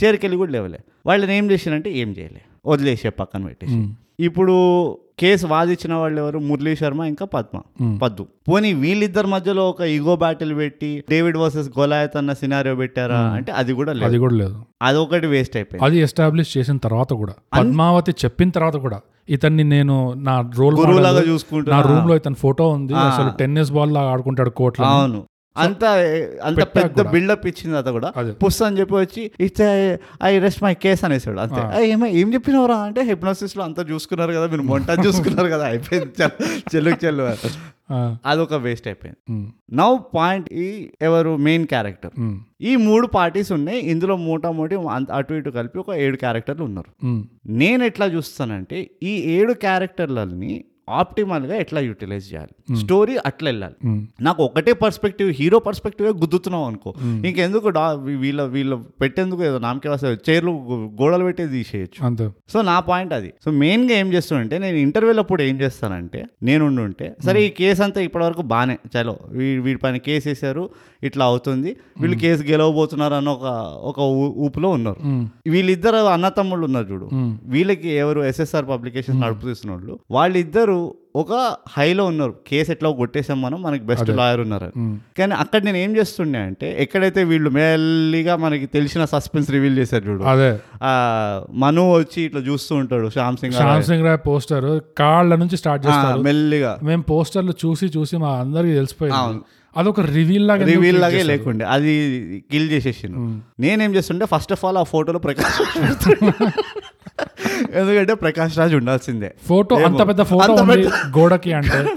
Speaker 1: చేరికెళ్ళి కూడా లేవలే వాళ్ళని ఏం చేసినంటే ఏం చేయలే వదిలేసే పక్కన పెట్టేసి ఇప్పుడు కేసు వాదించిన వాళ్ళు ఎవరు మురళీ శర్మ ఇంకా పద్మ పద్దు పోనీ వీళ్ళిద్దరి మధ్యలో ఒక ఈగో బ్యాటిల్ పెట్టి డేవిడ్ వర్సెస్ గోలాయత్ అన్న సినారియో పెట్టారా అంటే అది కూడా లేదు
Speaker 2: అది కూడా లేదు
Speaker 1: అదొకటి వేస్ట్ అయిపోయింది
Speaker 2: అది ఎస్టాబ్లిష్ చేసిన తర్వాత కూడా పద్మావతి చెప్పిన తర్వాత కూడా ఇతన్ని నేను నా రోల్
Speaker 1: గురువులాగా
Speaker 2: మోడల్,
Speaker 1: చూసుకుంటున్నా.
Speaker 2: నా రూమ్ లో ఇతని ఫోటో ఉంది అసలు టెన్నిస్ బాల్ లాగా ఆడుకుంటాడు కోట్ల
Speaker 1: అవును అంత అంత
Speaker 2: పెట్టాక
Speaker 1: పెద్ద
Speaker 2: కూడా.
Speaker 1: బిల్డప్ ఇచ్చింది అత కూడా
Speaker 2: అదే.
Speaker 1: పుస్ అని చెప్పి వచ్చి it's I rest my case అనేసాడు అంతే "ఏయ్, ఏమ ఏం చెప్పినవరా అంటే హిప్నోసిస్ లో అంతా చూసుకున్నారు కదా మీరు మొంట చూసుకున్నారు కదా అయిపోయింది చల్- చెల్లు చెల్లు అని. అదొక వేస్ట్ అయిపోయింది నౌ పాయింట్ ఈ ఎవరు మెయిన్ క్యారెక్టర్ ఈ మూడు పార్టీస్ ఉన్నాయి ఇందులో మూటామూటి అంత- అటు ఇటు కలిపి ఒక ఏడు క్యారెక్టర్లు ఉన్నారు నేను ఎట్లా చూస్తానంటే ఈ ఏడు క్యారెక్టర్లని ఆప్టిమల్గా ఎట్లా యూటిలైజ్ చేయాలి స్టోరీ అట్లా వెళ్ళాలి నాకు ఒకటే పర్స్పెక్టివ్ హీరో పర్స్పెక్టివ్ గుద్దుతున్నావు అనుకో ఇంకెందుకు డా వీళ్ళ వీళ్ళ పెట్టేందుకు ఏదో నామకే వస్తే చైర్లు గోడలు పెట్టే తీసేయచ్చు
Speaker 2: అంతే
Speaker 1: సో నా పాయింట్ అది సో మెయిన్గా ఏం చేస్తానంటే నేను ఇంటర్వ్యూలో అప్పుడు ఏం చేస్తానంటే నేను ఉండి ఉంటే సరే ఈ కేసు అంతా ఇప్పటివరకు బాగానే చలో వీ- వీడి పైన కేసు వేసారు ఇట్లా అవుతుంది వీళ్ళు కేసు గెలవబోతున్నారు అన్న ఒక ఒక ఊ- ఊపులో ఉన్నారు వీళ్ళిద్దరు అన్నతమ్ముళ్ళు ఉన్నారు చూడు వీళ్ళకి ఎవరు ఎస్ఎస్ఆర్ పబ్లికేషన్ నడుపుతున్న వాళ్ళు వాళ్ళిద్దరు ఒక హైలో ఉన్నారు కేసు ఎట్లా కొట్టేసాం మనం మనకి బెస్ట్ లాయర్ ఉన్నారు అని. కానీ అక్కడ నేను ఏం చేస్తుండే అంటే ఎక్కడైతే వీళ్ళు మెల్లిగా మనకి తెలిసిన సస్పెన్స్ రివీల్ చేశారు చూడు
Speaker 2: అదే
Speaker 1: ఆ మను వచ్చి ఇట్లా చూస్తూ ఉంటాడు శ్యామ్ సింగ్ అలా.
Speaker 2: శ్యామ్ సింగ్ రాయ్ పోస్టర్ కాళ్ళ నుంచి స్టార్ట్
Speaker 1: ఆ,
Speaker 2: చేస్తారు
Speaker 1: మెల్లిగా
Speaker 2: మేము పోస్టర్లు చూసి చూసి మా అందరికి తెలిసిపోయింది అదొక రివీల్ లాగా ఎందుకు
Speaker 1: రివీల్
Speaker 2: create
Speaker 1: లాగే
Speaker 2: చేశారు?
Speaker 1: లేకుండే అది కిల్ చేసేసిండు నేనేం చేస్తుంటే ఫస్ట్ ఆఫ్ ఆల్ ఆ ఫోటోలో ప్రకాష్ రాజ్ ఎందుకంటే ప్రకాష్ రాజ్ ఉండాల్సిందే
Speaker 2: ఫోటో అంత పెద్ద ఫోటో
Speaker 1: అంత
Speaker 2: ఉంది
Speaker 1: పెద్ద-
Speaker 2: గోడకి అంటే అది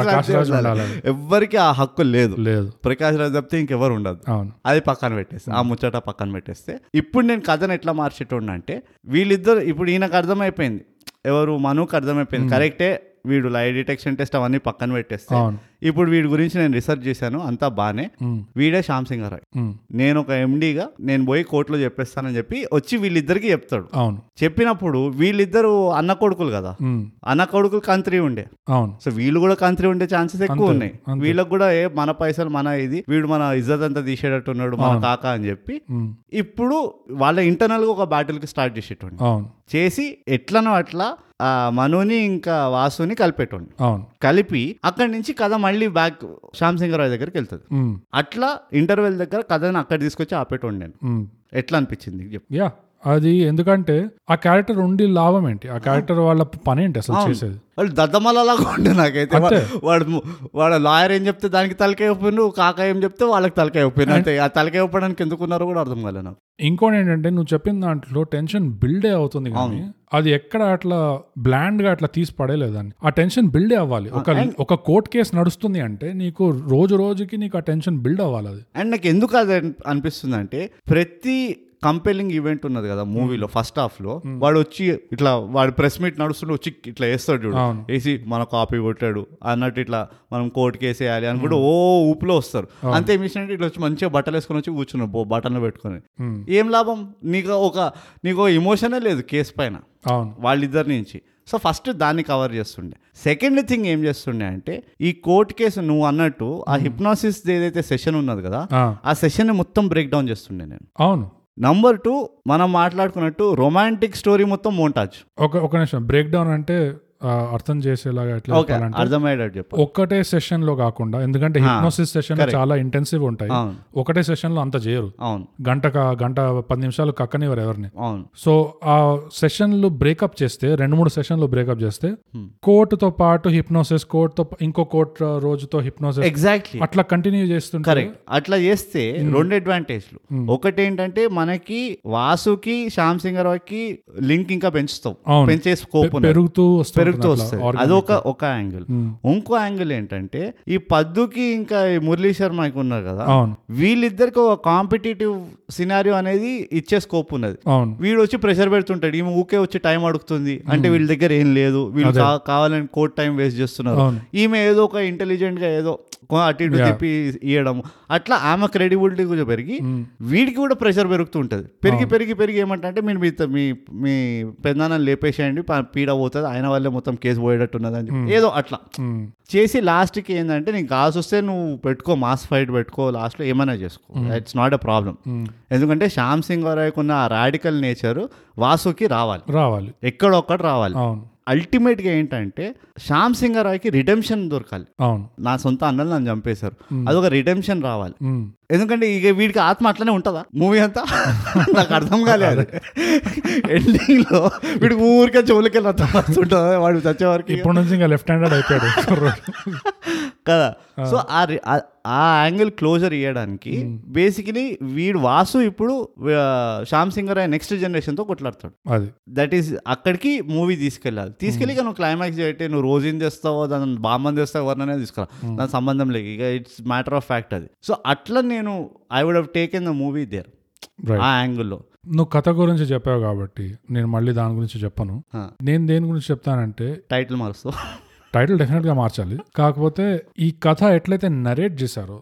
Speaker 2: ప్రకాష్ రాజ్
Speaker 1: ఉండాలి.
Speaker 2: ఉండాలి
Speaker 1: ఎవ్వరికి ఆ హక్కు లేదు
Speaker 2: లేదు
Speaker 1: ప్రకాష్ రాజ్ తప్పితే ఇంకెవరు ఉండదు
Speaker 2: అవును
Speaker 1: అది పక్కన పెట్టేస్తే ఆ ముచ్చట పక్కన పెట్టేస్తే ఇప్పుడు నేను కథను ఎట్లా మార్చేటోండి అంటే వీళ్ళిద్దరు ఇప్పుడు ఈయనకు అర్థమైపోయింది ఎవరు మనుకు అర్థమైపోయింది కరెక్టే వీడు లై డిటెక్షన్ టెస్ట్ అవన్నీ పక్కన పెట్టేస్తే
Speaker 2: అవును
Speaker 1: ఇప్పుడు వీడి గురించి నేను రీసెర్చ్ చేశాను అంతా బానే
Speaker 2: ఉమ్,
Speaker 1: వీడే శ్యామ్ సింగ్ రాయ్
Speaker 2: ఉమ్,
Speaker 1: నేను ఒక ఎండీగా నేను పోయి కోర్టులో చెప్పేస్తానని చెప్పి వచ్చి వీళ్ళిద్దరికి చెప్తాడు
Speaker 2: అవును
Speaker 1: చెప్పినప్పుడు వీళ్ళిద్దరు అన్న కొడుకులు కదా
Speaker 2: ఉమ్,
Speaker 1: అన్న కొడుకులు కంత్రి ఉండే
Speaker 2: అవును
Speaker 1: సో వీళ్ళు కూడా కంత్రి ఉండే ఛాన్సెస్ ఎక్కువ
Speaker 2: అంతే,
Speaker 1: ఉన్నాయి
Speaker 2: అంతే.
Speaker 1: వీళ్ళకి కూడా ఏ మన పైసలు మన ఇది వీడు మన ఇజ్జత్ అంతా తీసేటట్టు ఉన్నాడు మన కాక అని చెప్పి
Speaker 2: ఉమ్,
Speaker 1: ఇప్పుడు వాళ్ళ internal గా ఒక battle కి స్టార్ట్ చేసేటండి
Speaker 2: అవును
Speaker 1: చేసి ఎట్లనో అట్లా ఆ మనుని ఇంకా వాసుని కలిపేటండి
Speaker 2: అవును
Speaker 1: కలిపి అక్కడి నుంచి కథ మళ్ళీ బ్యాక్ శ్యామ్ సింగ్ రాయ్ దగ్గరికి వెళ్తుంది
Speaker 2: ఉమ్,
Speaker 1: అట్లా ఇంటర్వెల్ దగ్గర కథని అక్కడ తీసుకొచ్చి ఆపేటోండి నేను
Speaker 2: ఉమ్.
Speaker 1: ఎట్లా అనిపించింది చెప్పు
Speaker 2: యా అది ఎందుకంటే ఆ క్యారెక్టర్ ఉండి లాభం ఏంటి ఆ క్యారెక్టర్ వాళ్ళ పని ఏంటి అసలు చేసేది
Speaker 1: వాళ్ళు దద్దమలలాగా ఉండే నాకైతే వా-
Speaker 2: అంతే.
Speaker 1: వాడు ము- వాడు లాయర్ ఏం చెప్తే దానికి తలకాయ ఒప్పిండు కాక ఏం చెప్తే వాళ్ళకి తలకాయ ఒప్పిండు అంటే ఆ తలకాయ ఒప్పడానికి ఎందుకు ఉన్నారో కూడా అర్థం కాలే నాకు
Speaker 2: ఇంకోటి ఏంటంటే నువ్వు చెప్పిన దాంట్లో టెన్షన్ బిల్డే అవుతుంది కానీ అది ఎక్కడ అట్లా బ్లాండ్ గా అట్లా తీసి పడేలేదని ఆ టెన్షన్ బిల్డే అవ్వాలి ఒక ఒక కోర్ట్ కేసు నడుస్తుంది అంటే నీకు రోజు రోజుకి నీకు ఆ టెన్షన్ బిల్డ్ అవ్వాలి అది
Speaker 1: అండ్ నాకు ఎందుకు అది అనిపిస్తుంది అంటే ప్రతి కంపెలింగ్ ఈవెంట్ ఉన్నది కదా మూవీలో ఫస్ట్ హాఫ్ లో వాడు వచ్చి ఇట్లా వాడు ప్రెస్ మీట్ నడుస్తుంటే వచ్చి ఇట్లా వేస్తాడు చూడు
Speaker 2: అవును.
Speaker 1: వేసి మన కాపీ కొట్టాడు అన్నట్టు ఇట్లా మనం కోర్టు కేసు వేయాలి అని కూడా ఓ ఊపులో వస్తారు అంతే మిషన్ ఇట్లా వచ్చి మంచిగా బట్టలు వేసుకొని వచ్చి కూర్చున్నాడు బో బట్టలు పెట్టుకొని
Speaker 2: Hmm.
Speaker 1: ఏం లాభం నీకు ఒక నీకు ఇమోషనే లేదు కేసు పైన
Speaker 2: అవును
Speaker 1: వాళ్ళిద్దరి నుంచి సో ఫస్ట్ దాన్ని కవర్ చేస్తుండే సెకండ్ థింగ్ ఏం చేస్తుండే అంటే ఈ కోర్టు కేసు నువ్వు అన్నట్టు ఆ హిప్నాసిస్ ఏదైతే సెషన్ ఉన్నది కదా
Speaker 2: ఆ,
Speaker 1: ఆ సెషన్ మొత్తం బ్రేక్ డౌన్ చేస్తుండే నేను
Speaker 2: అవును
Speaker 1: నంబర్ టూ మనం మాట్లాడుకున్నట్టు రొమాంటిక్ స్టోరీ మొత్తం మోంటాజ్
Speaker 2: ఒక ఒక నిమిషం బ్రేక్ డౌన్ అంటే ఆ, అర్థం చేసేలాగా ఎట్లా
Speaker 1: ఓకే
Speaker 2: చెప్పాలంటే
Speaker 1: అర్థమయ్యేటట్టు చెప్పు
Speaker 2: ఒకటే సెషన్ లో కాకుండా ఎందుకంటే హిప్నోసిస్ సెషన్ చాలా ఇంటెన్సివ్ ఉంటాయి
Speaker 1: అవును.
Speaker 2: ఒకటే సెషన్ లో అంత చేయరు
Speaker 1: అవును
Speaker 2: గంట కా- గంట పది నిమిషాలు కక్కనివ్వరు ఎవరిని
Speaker 1: అవును
Speaker 2: సో ఆ సెషన్లు బ్రేకప్ చేస్తే రెండు మూడు సెషన్లు బ్రేకప్ చేస్తే కోర్టుతో పాటు హిప్నోసిస్ కోర్టుతో ఇంకో కోర్టు రోజుతో హిప్నోసిస్
Speaker 1: ఎగ్జాక్ట్లీ
Speaker 2: అట్లా కంటిన్యూ చేస్తుంటారు
Speaker 1: కరెక్ట్ అట్లా చేస్తే రెండు అడ్వాంటేజ్లు ఒకటి ఏంటంటే మనకి వాసుకి శ్యామ్ సింగ్ రావుకి లింక్ ఇంకా పెంచుతాం
Speaker 2: అవును.
Speaker 1: పెంచే స్కోప్ ఉన్నది
Speaker 2: పెరుగుతూ వస్తుంటుంది
Speaker 1: పెరుగుతూ
Speaker 2: అట్లా
Speaker 1: వస్తాయి
Speaker 2: organ-
Speaker 1: అదొక ఒక యాంగిల్ ఇంకో యాంగిల్ ఏంటంటే ఈ పద్దుకి ఇంకా ఈ మురళీ శర్మకి ఉన్నారు కదా
Speaker 2: అవును
Speaker 1: వీళ్ళిద్దరికి ఒక కాంపిటేటివ్ సినారియో అనేది ఇచ్చే స్కోప్ ఉన్నది
Speaker 2: అవును
Speaker 1: వీడు వచ్చి ప్రెషర్ పెడుతుంటాడు ఈమె ఊకే వచ్చి టైం అడుగుతుంది అంటే వీళ్ళ దగ్గర ఏం లేదు వీళ్ళు కా- కావాలని కోర్ట్ టైం వేస్ట్ చేస్తున్నారు
Speaker 2: అవును.
Speaker 1: ఈమె ఏదో ఒక ఇంటెలిజెంట్ గా ఏదో కొ- అటు ఇటు తిప్పి ఇవ్వడం అట్లా ఆమె క్రెడిబిలిటీ కూడా పెరిగి వీడికి కూడా ప్రెషర్ పెరుగుతూ ఉంటుంది పెరిగి పెరిగి పెరిగి ఏమంటే మీరు మీ మీ మీ పెద్దనాన్న లేపేసేయండి ప- పీడ పోతుంది ఆయన వల్లే మొత్తం కేసు పోయేటట్టు ఉన్నది అని చెప్పి. ఏదో అట్లా
Speaker 2: ఉమ్,
Speaker 1: చేసి లాస్ట్కి ఏంటంటే నీకు కాల్స్ వస్తే నువ్వు పెట్టుకో మాస్ ఫైట్ పెట్టుకో లాస్ట్లో ఏమైనా చేసుకో it's not a problem
Speaker 2: um.
Speaker 1: ఎందుకంటే శ్యామ్ సింగ్ రాయ్కున్న ఆ రాడికల్ నేచర్ వాసుకి రావాలి
Speaker 2: రావాలి
Speaker 1: ఎక్కడొక్కడు రావాలి
Speaker 2: అవును
Speaker 1: అల్టిమేట్గా ఏంటంటే శ్యామ్ సింగ్ రాయ్కి రిడెంప్షన్ దొరకాలి
Speaker 2: అవును
Speaker 1: నా సొంత అన్నలు నన్ను చంపేశారు అదొక రిడెంప్షన్ రావాలి
Speaker 2: ఉమ్,
Speaker 1: ఎందుకంటే ఇక వీడికి ఆత్మ అట్లనే ఉంటుందా మూవీ అంతా నాకు అర్థం కాలేదు ఎండింగ్ లో వీడికి ఊరికే చెవులకెళ్ళి ఉంటుందా వాడు చచ్చే వరకు
Speaker 2: ఇప్పటి నుంచి ఇంకా లెఫ్ట్ హ్యాండెడ్ అయిపోయాడు కుర్రోడు.
Speaker 1: కదా సో ఆ రి- ఆ- ఆ యాంగిల్ క్లోజర్ ఇవ్వడానికి బేసికలీ వీడు వాసు ఇప్పుడు ఆ, శ్యామ్ సింగర్ అనే నెక్స్ట్ జనరేషన్ తో కొట్లాడతాడు
Speaker 2: అది
Speaker 1: దట్ ఈస్ అక్కడికి మూవీ తీసుకెళ్ళాలి తీసుకెళ్ళి ఇక నువ్వు క్లైమాక్స్ చేయటే నువ్వు రోజుని తెస్తావో దాని బామ్మని తెస్తావు ఎవరినైనా తీసుకురా దాని సంబంధం లేదు ఇక ఇట్స్ మ్యాటర్ ఆఫ్ ఫ్యాక్ట్ అది సో అట్లా నేను I would have taken the movie there
Speaker 2: right
Speaker 1: ఆ యాంగిల్లో
Speaker 2: నువ్వు కథ గురించి చెప్పావు కాబట్టి నేను మళ్ళీ దాని గురించి చెప్పను
Speaker 1: ఆ.
Speaker 2: నేను దేని గురించి చెప్తానంటే
Speaker 1: టైటిల్ మారుస్తూ
Speaker 2: టైటిల్ డెఫినెట్ గా మార్చాలి కాకపోతే ఈ కథ ఎట్లయితే నరేట్ చేశారో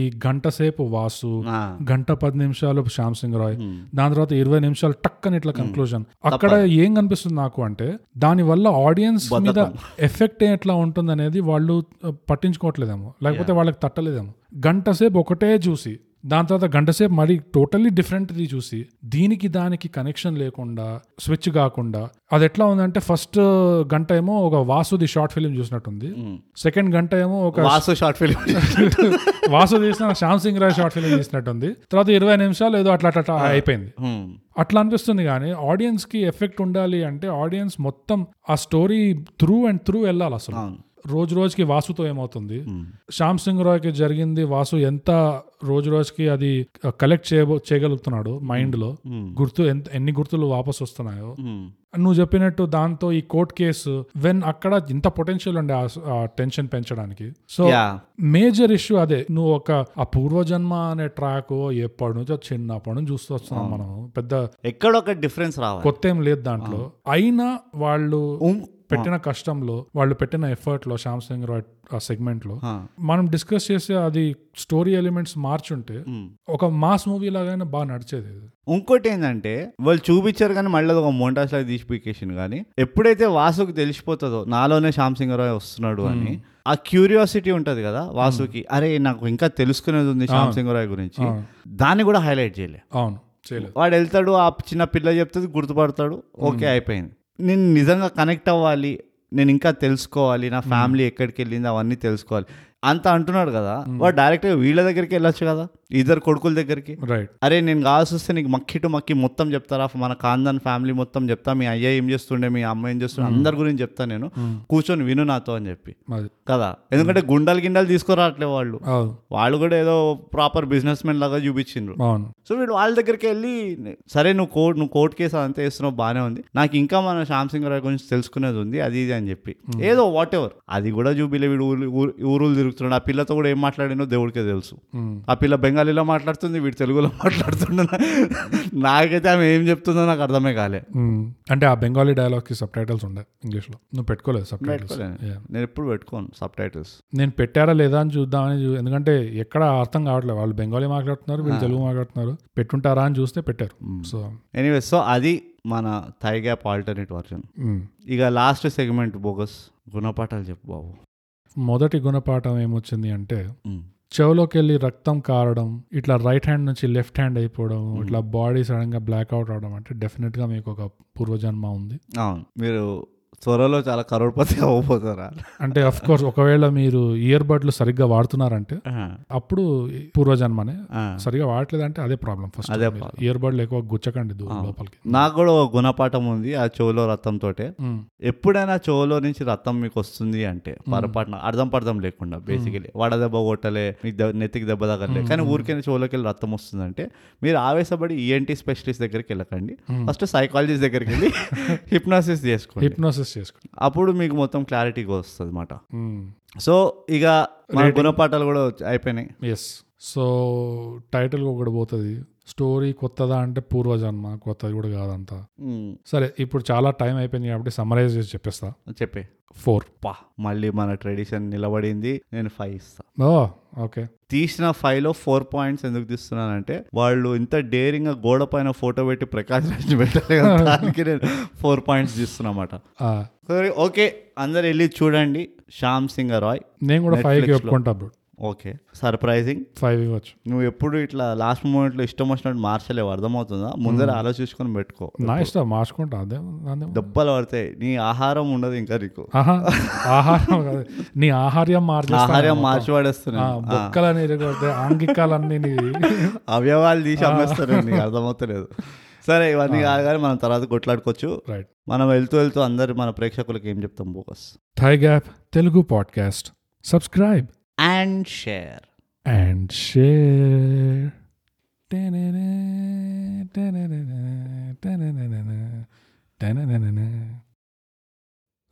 Speaker 2: ఈ గంట సేపు వాసు
Speaker 1: ఆ.
Speaker 2: గంట పది నిమిషాలు శ్యామ్ సింగ్ రాయ్ దాని తర్వాత ఇరవై నిమిషాలు టక్కని ఇట్లా కన్క్లూజన్ అక్కడ ఏం కనిపిస్తుంది నాకు అంటే దాని వల్ల ఆడియన్స్ మీద ఎఫెక్ట్ ఎట్లా ఉంటుంది అనేది వాళ్ళు ఆ, పట్టించుకోవట్లేదేమో లేకపోతే వాళ్ళకి తట్టలేదేమో గంట సేపు ఒకటే చూసి దాని తర్వాత గంట సేపు మరి టోటల్లీ డిఫరెంట్ది చూసి దీనికి దానికి కనెక్షన్ లేకుండా స్విచ్ కాకుండా అది ఎట్లా ఉందంటే ఫస్ట్ గంట ఏమో ఒక వాసుది షార్ట్ ఫిలిం చూసినట్టుంది సెకండ్ గంట ఏమో ఒక
Speaker 1: వాసు షార్ట్ ఫిలిం
Speaker 2: వాసు తీసిన శ్యామ్ సింగ్ రాయ్ షార్ట్ ఫిల్మ్ తీసినట్టుంది తర్వాత ఇరవై నిమిషాలు ఏదో అట్లా అట్లా అట్లా అయిపోయింది అట్లా అనిపిస్తుంది కానీ ఆడియన్స్ కి ఎఫెక్ట్ ఉండాలి అంటే ఆడియన్స్ మొత్తం ఆ స్టోరీ త్రూ అండ్ త్రూ వెళ్ళాలి అసలు రోజు రోజుకి వాసుతో ఏమవుతుంది శ్యామ్ సింగ్ రాయ్ కి జరిగింది వాసు ఎంత రోజు రోజుకి అది కలెక్ట్ చేయ చేయగలుగుతున్నాడు మైండ్ లో గుర్తు ఎంత ఎన్ని గుర్తులు వాపస్ వస్తున్నాయో నువ్వు చెప్పినట్టు దాంతో ఈ కోర్ట్ కేసు వెన్ అక్కడ ఇంత పొటెన్షియల్ ఉండే ఆ టెన్షన్ పెంచడానికి సో
Speaker 1: యా
Speaker 2: మేజర్ ఇష్యూ అదే నువ్వు ఒక ఆ పూర్వజన్మ అనే ట్రాక్ ఎప్పటి నుంచో చిన్నప్పటి నుంచి చూస్తూ వస్తున్నాం మనం పెద్ద
Speaker 1: ఎక్కడొక డిఫరెన్స్ రావాలి
Speaker 2: కొత్త ఏం లేదు దాంట్లో అయినా వాళ్ళు
Speaker 1: ఉమ్.
Speaker 2: పెట్టిన కష్టంలో వాళ్ళు పెట్టిన ఎఫర్ట్ లో శ్యామ్ సింగ్ రాయ్ ఆ సెగ్మెంట్ లో
Speaker 1: ఆ.
Speaker 2: మనం డిస్కస్ చేసే అది స్టోరీ ఎలిమెంట్స్ మార్చుంటే ఒక మాస్ మూవీ లాగానే బాగా నడిచేది ఇది.
Speaker 1: ఇంకోటి ఏంటంటే వాళ్ళు చూపించారు కానీ మళ్ళీ అది ఒక మోంటాస్ లాగా తీసిపోకేషన్ కానీ ఎప్పుడైతే వాసుకి తెలిసిపోతుందో నాలోనే శ్యామ్ సింగ్ రాయ్ వస్తున్నాడు అని ఆ క్యూరియాసిటీ ఉంటది కదా వాసుకి అరే నాకు ఇంకా తెలుసుకునేది ఉంది శ్యామ్ సింగ్ రాయ్ గురించి దాన్ని కూడా హైలైట్ చేయలే
Speaker 2: అవును చేయలేదు
Speaker 1: వాడు వెళ్తాడు ఆ చిన్న పిల్ల చెప్తుంది గుర్తుపడతాడు ఓకే అయిపోయింది నేను నిజంగా కనెక్ట్ అవ్వాలి నేను ఇంకా తెలుసుకోవాలి నా ఫ్యామిలీ ఎక్కడికి వెళ్ళింది అవన్నీ తెలుసుకోవాలి అంత అంటున్నాడు కదా వాడు డైరెక్ట్గా వీళ్ళ దగ్గరికి వెళ్ళొచ్చు కదా ఇద్దరు కొడుకుల దగ్గరికి
Speaker 2: రైట్
Speaker 1: అరే నేను కావాల్సి వస్తే నీకు మక్కి టు మక్కి మొత్తం చెప్తారా మన కాందన్ ఫ్యామిలీ మొత్తం చెప్తా మీ అయ్య ఏం చేస్తుండే మీ అమ్మ ఏం చేస్తుండే అందరి గురించి చెప్తా నేను కూర్చొని విను నాతో అని చెప్పి
Speaker 2: అది
Speaker 1: కదా ఎందుకంటే గుండాలు గిండాలు తీసుకురావట్లే వాళ్ళు
Speaker 2: అవును
Speaker 1: వాళ్ళు కూడా ఏదో ప్రాపర్ బిజినెస్ మెన్ లాగా చూపించిండ్రు
Speaker 2: అవును
Speaker 1: సో వీడు వాళ్ళ దగ్గరికి వెళ్ళి సరే నువ్వు కోర్టు నువ్వు కోర్టు కేసు అదంతా వేస్తున్నావు బాగానే ఉంది నాకు ఇంకా మన శ్యామ్ సింగ్ రాయ్ గురించి తెలుసుకునేది ఉంది అది ఇది అని చెప్పి ఏదో వాట్ ఎవర్ అది కూడా చూపిలే వీడు ఊరు ఊరు- ఊరులు తిరుగుతున్నాడు ఆ పిల్లతో కూడా ఏం మాట్లాడినో దేవుడికే తెలుసు
Speaker 2: ఉమ్.
Speaker 1: ఆ పిల్ల బెంగాలీలో మాట్లాడుతుంది వీడు తెలుగులో మాట్లాడుతున్నా నాకైతే ఆమె ఏం చెప్తుందో నాకు అర్థమే కాలే
Speaker 2: ఉమ్. అంటే ఆ బెంగాలీ డైలాగ్ కి సబ్ టైటిల్స్ ఉండే ఇంగ్లీష్ లో నువ్వు పెట్టుకోలేదు సబ్ టైటిల్స్
Speaker 1: పెట్టుకోలేను. నేను ఎప్పుడు పెట్టుకోను సబ్ టైటిల్స్
Speaker 2: నేను పెట్టారా లేదా అని చూద్దామని చూ- ఎందుకంటే ఎక్కడ అర్థం కావట్లేదు వాళ్ళు బెంగాలీ మాట్లాడుతున్నారు వీళ్ళు తెలుగు మాట్లాడుతున్నారు పెట్టుంటారా అని చూస్తే పెట్టారు సో
Speaker 1: ఎనీవే సో అది మన థై గ్యాప్ ఆల్టర్నేట్ వర్జన్
Speaker 2: మ్.
Speaker 1: ఇక లాస్ట్ సెగ్మెంట్ బోగస్ గుణపాఠాలు చెప్పు బాబు
Speaker 2: మొదటి గుణపాఠం ఏమొచ్చింది అంటే
Speaker 1: మ్.
Speaker 2: చెవులోకి వెళ్ళి రక్తం కారడం ఇట్లా రైట్ హ్యాండ్ నుంచి లెఫ్ట్ హ్యాండ్ అయిపోవడం ఇట్లా బాడీ సడన్ గా బ్లాక్ అవుట్ అవడం అంటే డెఫినెట్ గా మీకు ఒక పూర్వజన్మ ఉంది
Speaker 1: అవును మీరు త్వరలో చాలా కరోడ్పతి అవ్వబోతారా
Speaker 2: అంటే అఫ్ కోర్స్ ఒకవేళ మీరు ఇయర్ బడ్లు సరిగ్గా వాడుతున్నారంటే అప్పుడు పూర్వజన్మనే
Speaker 1: ఆ.
Speaker 2: సరిగా వాడట్లేదంటే అదే ప్రాబ్లం ఫస్ట్
Speaker 1: అదే
Speaker 2: ఇయర్ బడ్లు ఎక్కువ గుచ్చకండి దూరం లోపలికి
Speaker 1: నాకు కూడా ఒక గుణపాఠం ఉంది ఆ చెవులో రక్తంతోటే
Speaker 2: మ్.
Speaker 1: ఎప్పుడైనా చెవులో నుంచి రక్తం మీకు వస్తుంది అంటే పొరపాటున అర్థం పర్థం లేకుండా బేసికలీ వడ దెబ్బ కొట్టలే మీకు దెబ్బ- నెత్తికి దెబ్బ తగలే కానీ ఊరికైనా చెవులోకి వెళ్ళి రక్తం వస్తుందంటే మీరు ఆవేశపడి E ఈఎన్టీ స్పెషలిస్ట్ దగ్గరికి వెళ్ళకండి ఫస్ట్ సైకాలజిస్ట్ దగ్గరికి వెళ్ళి హిప్నాసిస్ చేసుకోండి
Speaker 2: హిప్నోసిస్ చేసుకోండి
Speaker 1: అప్పుడు మీకు మొత్తం క్లారిటీగా వస్తుంది అనమాట
Speaker 2: మ్.
Speaker 1: సో ఇక మన గుణపాఠాలు కూడా వచ్చి- అయిపోయినాయి
Speaker 2: ఎస్ సో టైటిల్ ఒకటి పోతుంది స్టోరీ కొత్తదా అంటే పూర్వజన్మ కొత్తది కూడా కాదంతా
Speaker 1: ఉమ్,
Speaker 2: సరే ఇప్పుడు చాలా టైం అయిపోయింది కాబట్టి సమరైజ్ చేసి చెప్పేస్తా
Speaker 1: చెప్పే
Speaker 2: ఫోర్
Speaker 1: పా మళ్ళీ మన ట్రెడిషన్ నిలబడింది నేను ఫైవ్ ఇస్తా
Speaker 2: ఓ ఓకే
Speaker 1: తీసిన ఫైవ్లో ఫోర్ పాయింట్స్ ఎందుకు తీస్తున్నానంటే వాళ్ళు ఇంత డేరింగ్ గా గోడ పైన ఫోటో పెట్టి ప్రకాశ్ రాజ్ పెట్టారు కదా, దానికి నేను ఫోర్ పాయింట్స్ తీస్తున్నమాట
Speaker 2: Ah,
Speaker 1: ఓకే అందరు వెళ్ళి చూడండి శ్యామ్ సింగ్ రాయ్
Speaker 2: నేను కూడా
Speaker 1: Netflix
Speaker 2: ఫైవ్కి
Speaker 1: లో.
Speaker 2: ఒప్పుకుంటా బ్రో
Speaker 1: ఓకే సర్ప్రైజింగ్
Speaker 2: ఫైవ్ ఇవ్వచ్చు
Speaker 1: నువ్వు ఎప్పుడు ఇట్లా లాస్ట్ మూమెంట్లో ఇష్టం వచ్చినట్టు మార్చలేవు అర్థమవుతుందా ముందర ఆలోచించుకొని పెట్టుకో
Speaker 2: నా ఇష్టం మార్చుకుంటా అదే అదే
Speaker 1: దెబ్బలు పడతాయి నీ ఆహారం ఉండదు ఇంకా నీకు
Speaker 2: ఆహా ఆహారం కాదు. నీ ఆహార్యం మార్చి
Speaker 1: ఆహారం మార్చి పడేస్తున్నాను
Speaker 2: Ah, బొక్కలని ఎరగొడితే ఆంగికాలన్నీ నీవి
Speaker 1: అవయవాలు తీసి అమ్మేస్తాను నీకు అర్థమవుతలేదు సరే ఇవన్నీ కాదు కానీ మనం తర్వాత కొట్లాడుకోవచ్చు
Speaker 2: రైట్
Speaker 1: మనం వెళ్తూ వెళ్తూ అందరు మన ప్రేక్షకులకు ఏం చెప్తాం bogus
Speaker 2: thigh gap Telugu podcast subscribe
Speaker 1: and share
Speaker 2: and share. Da-na-na, da-na-na-na, da-na-na-na, da-na-na-na.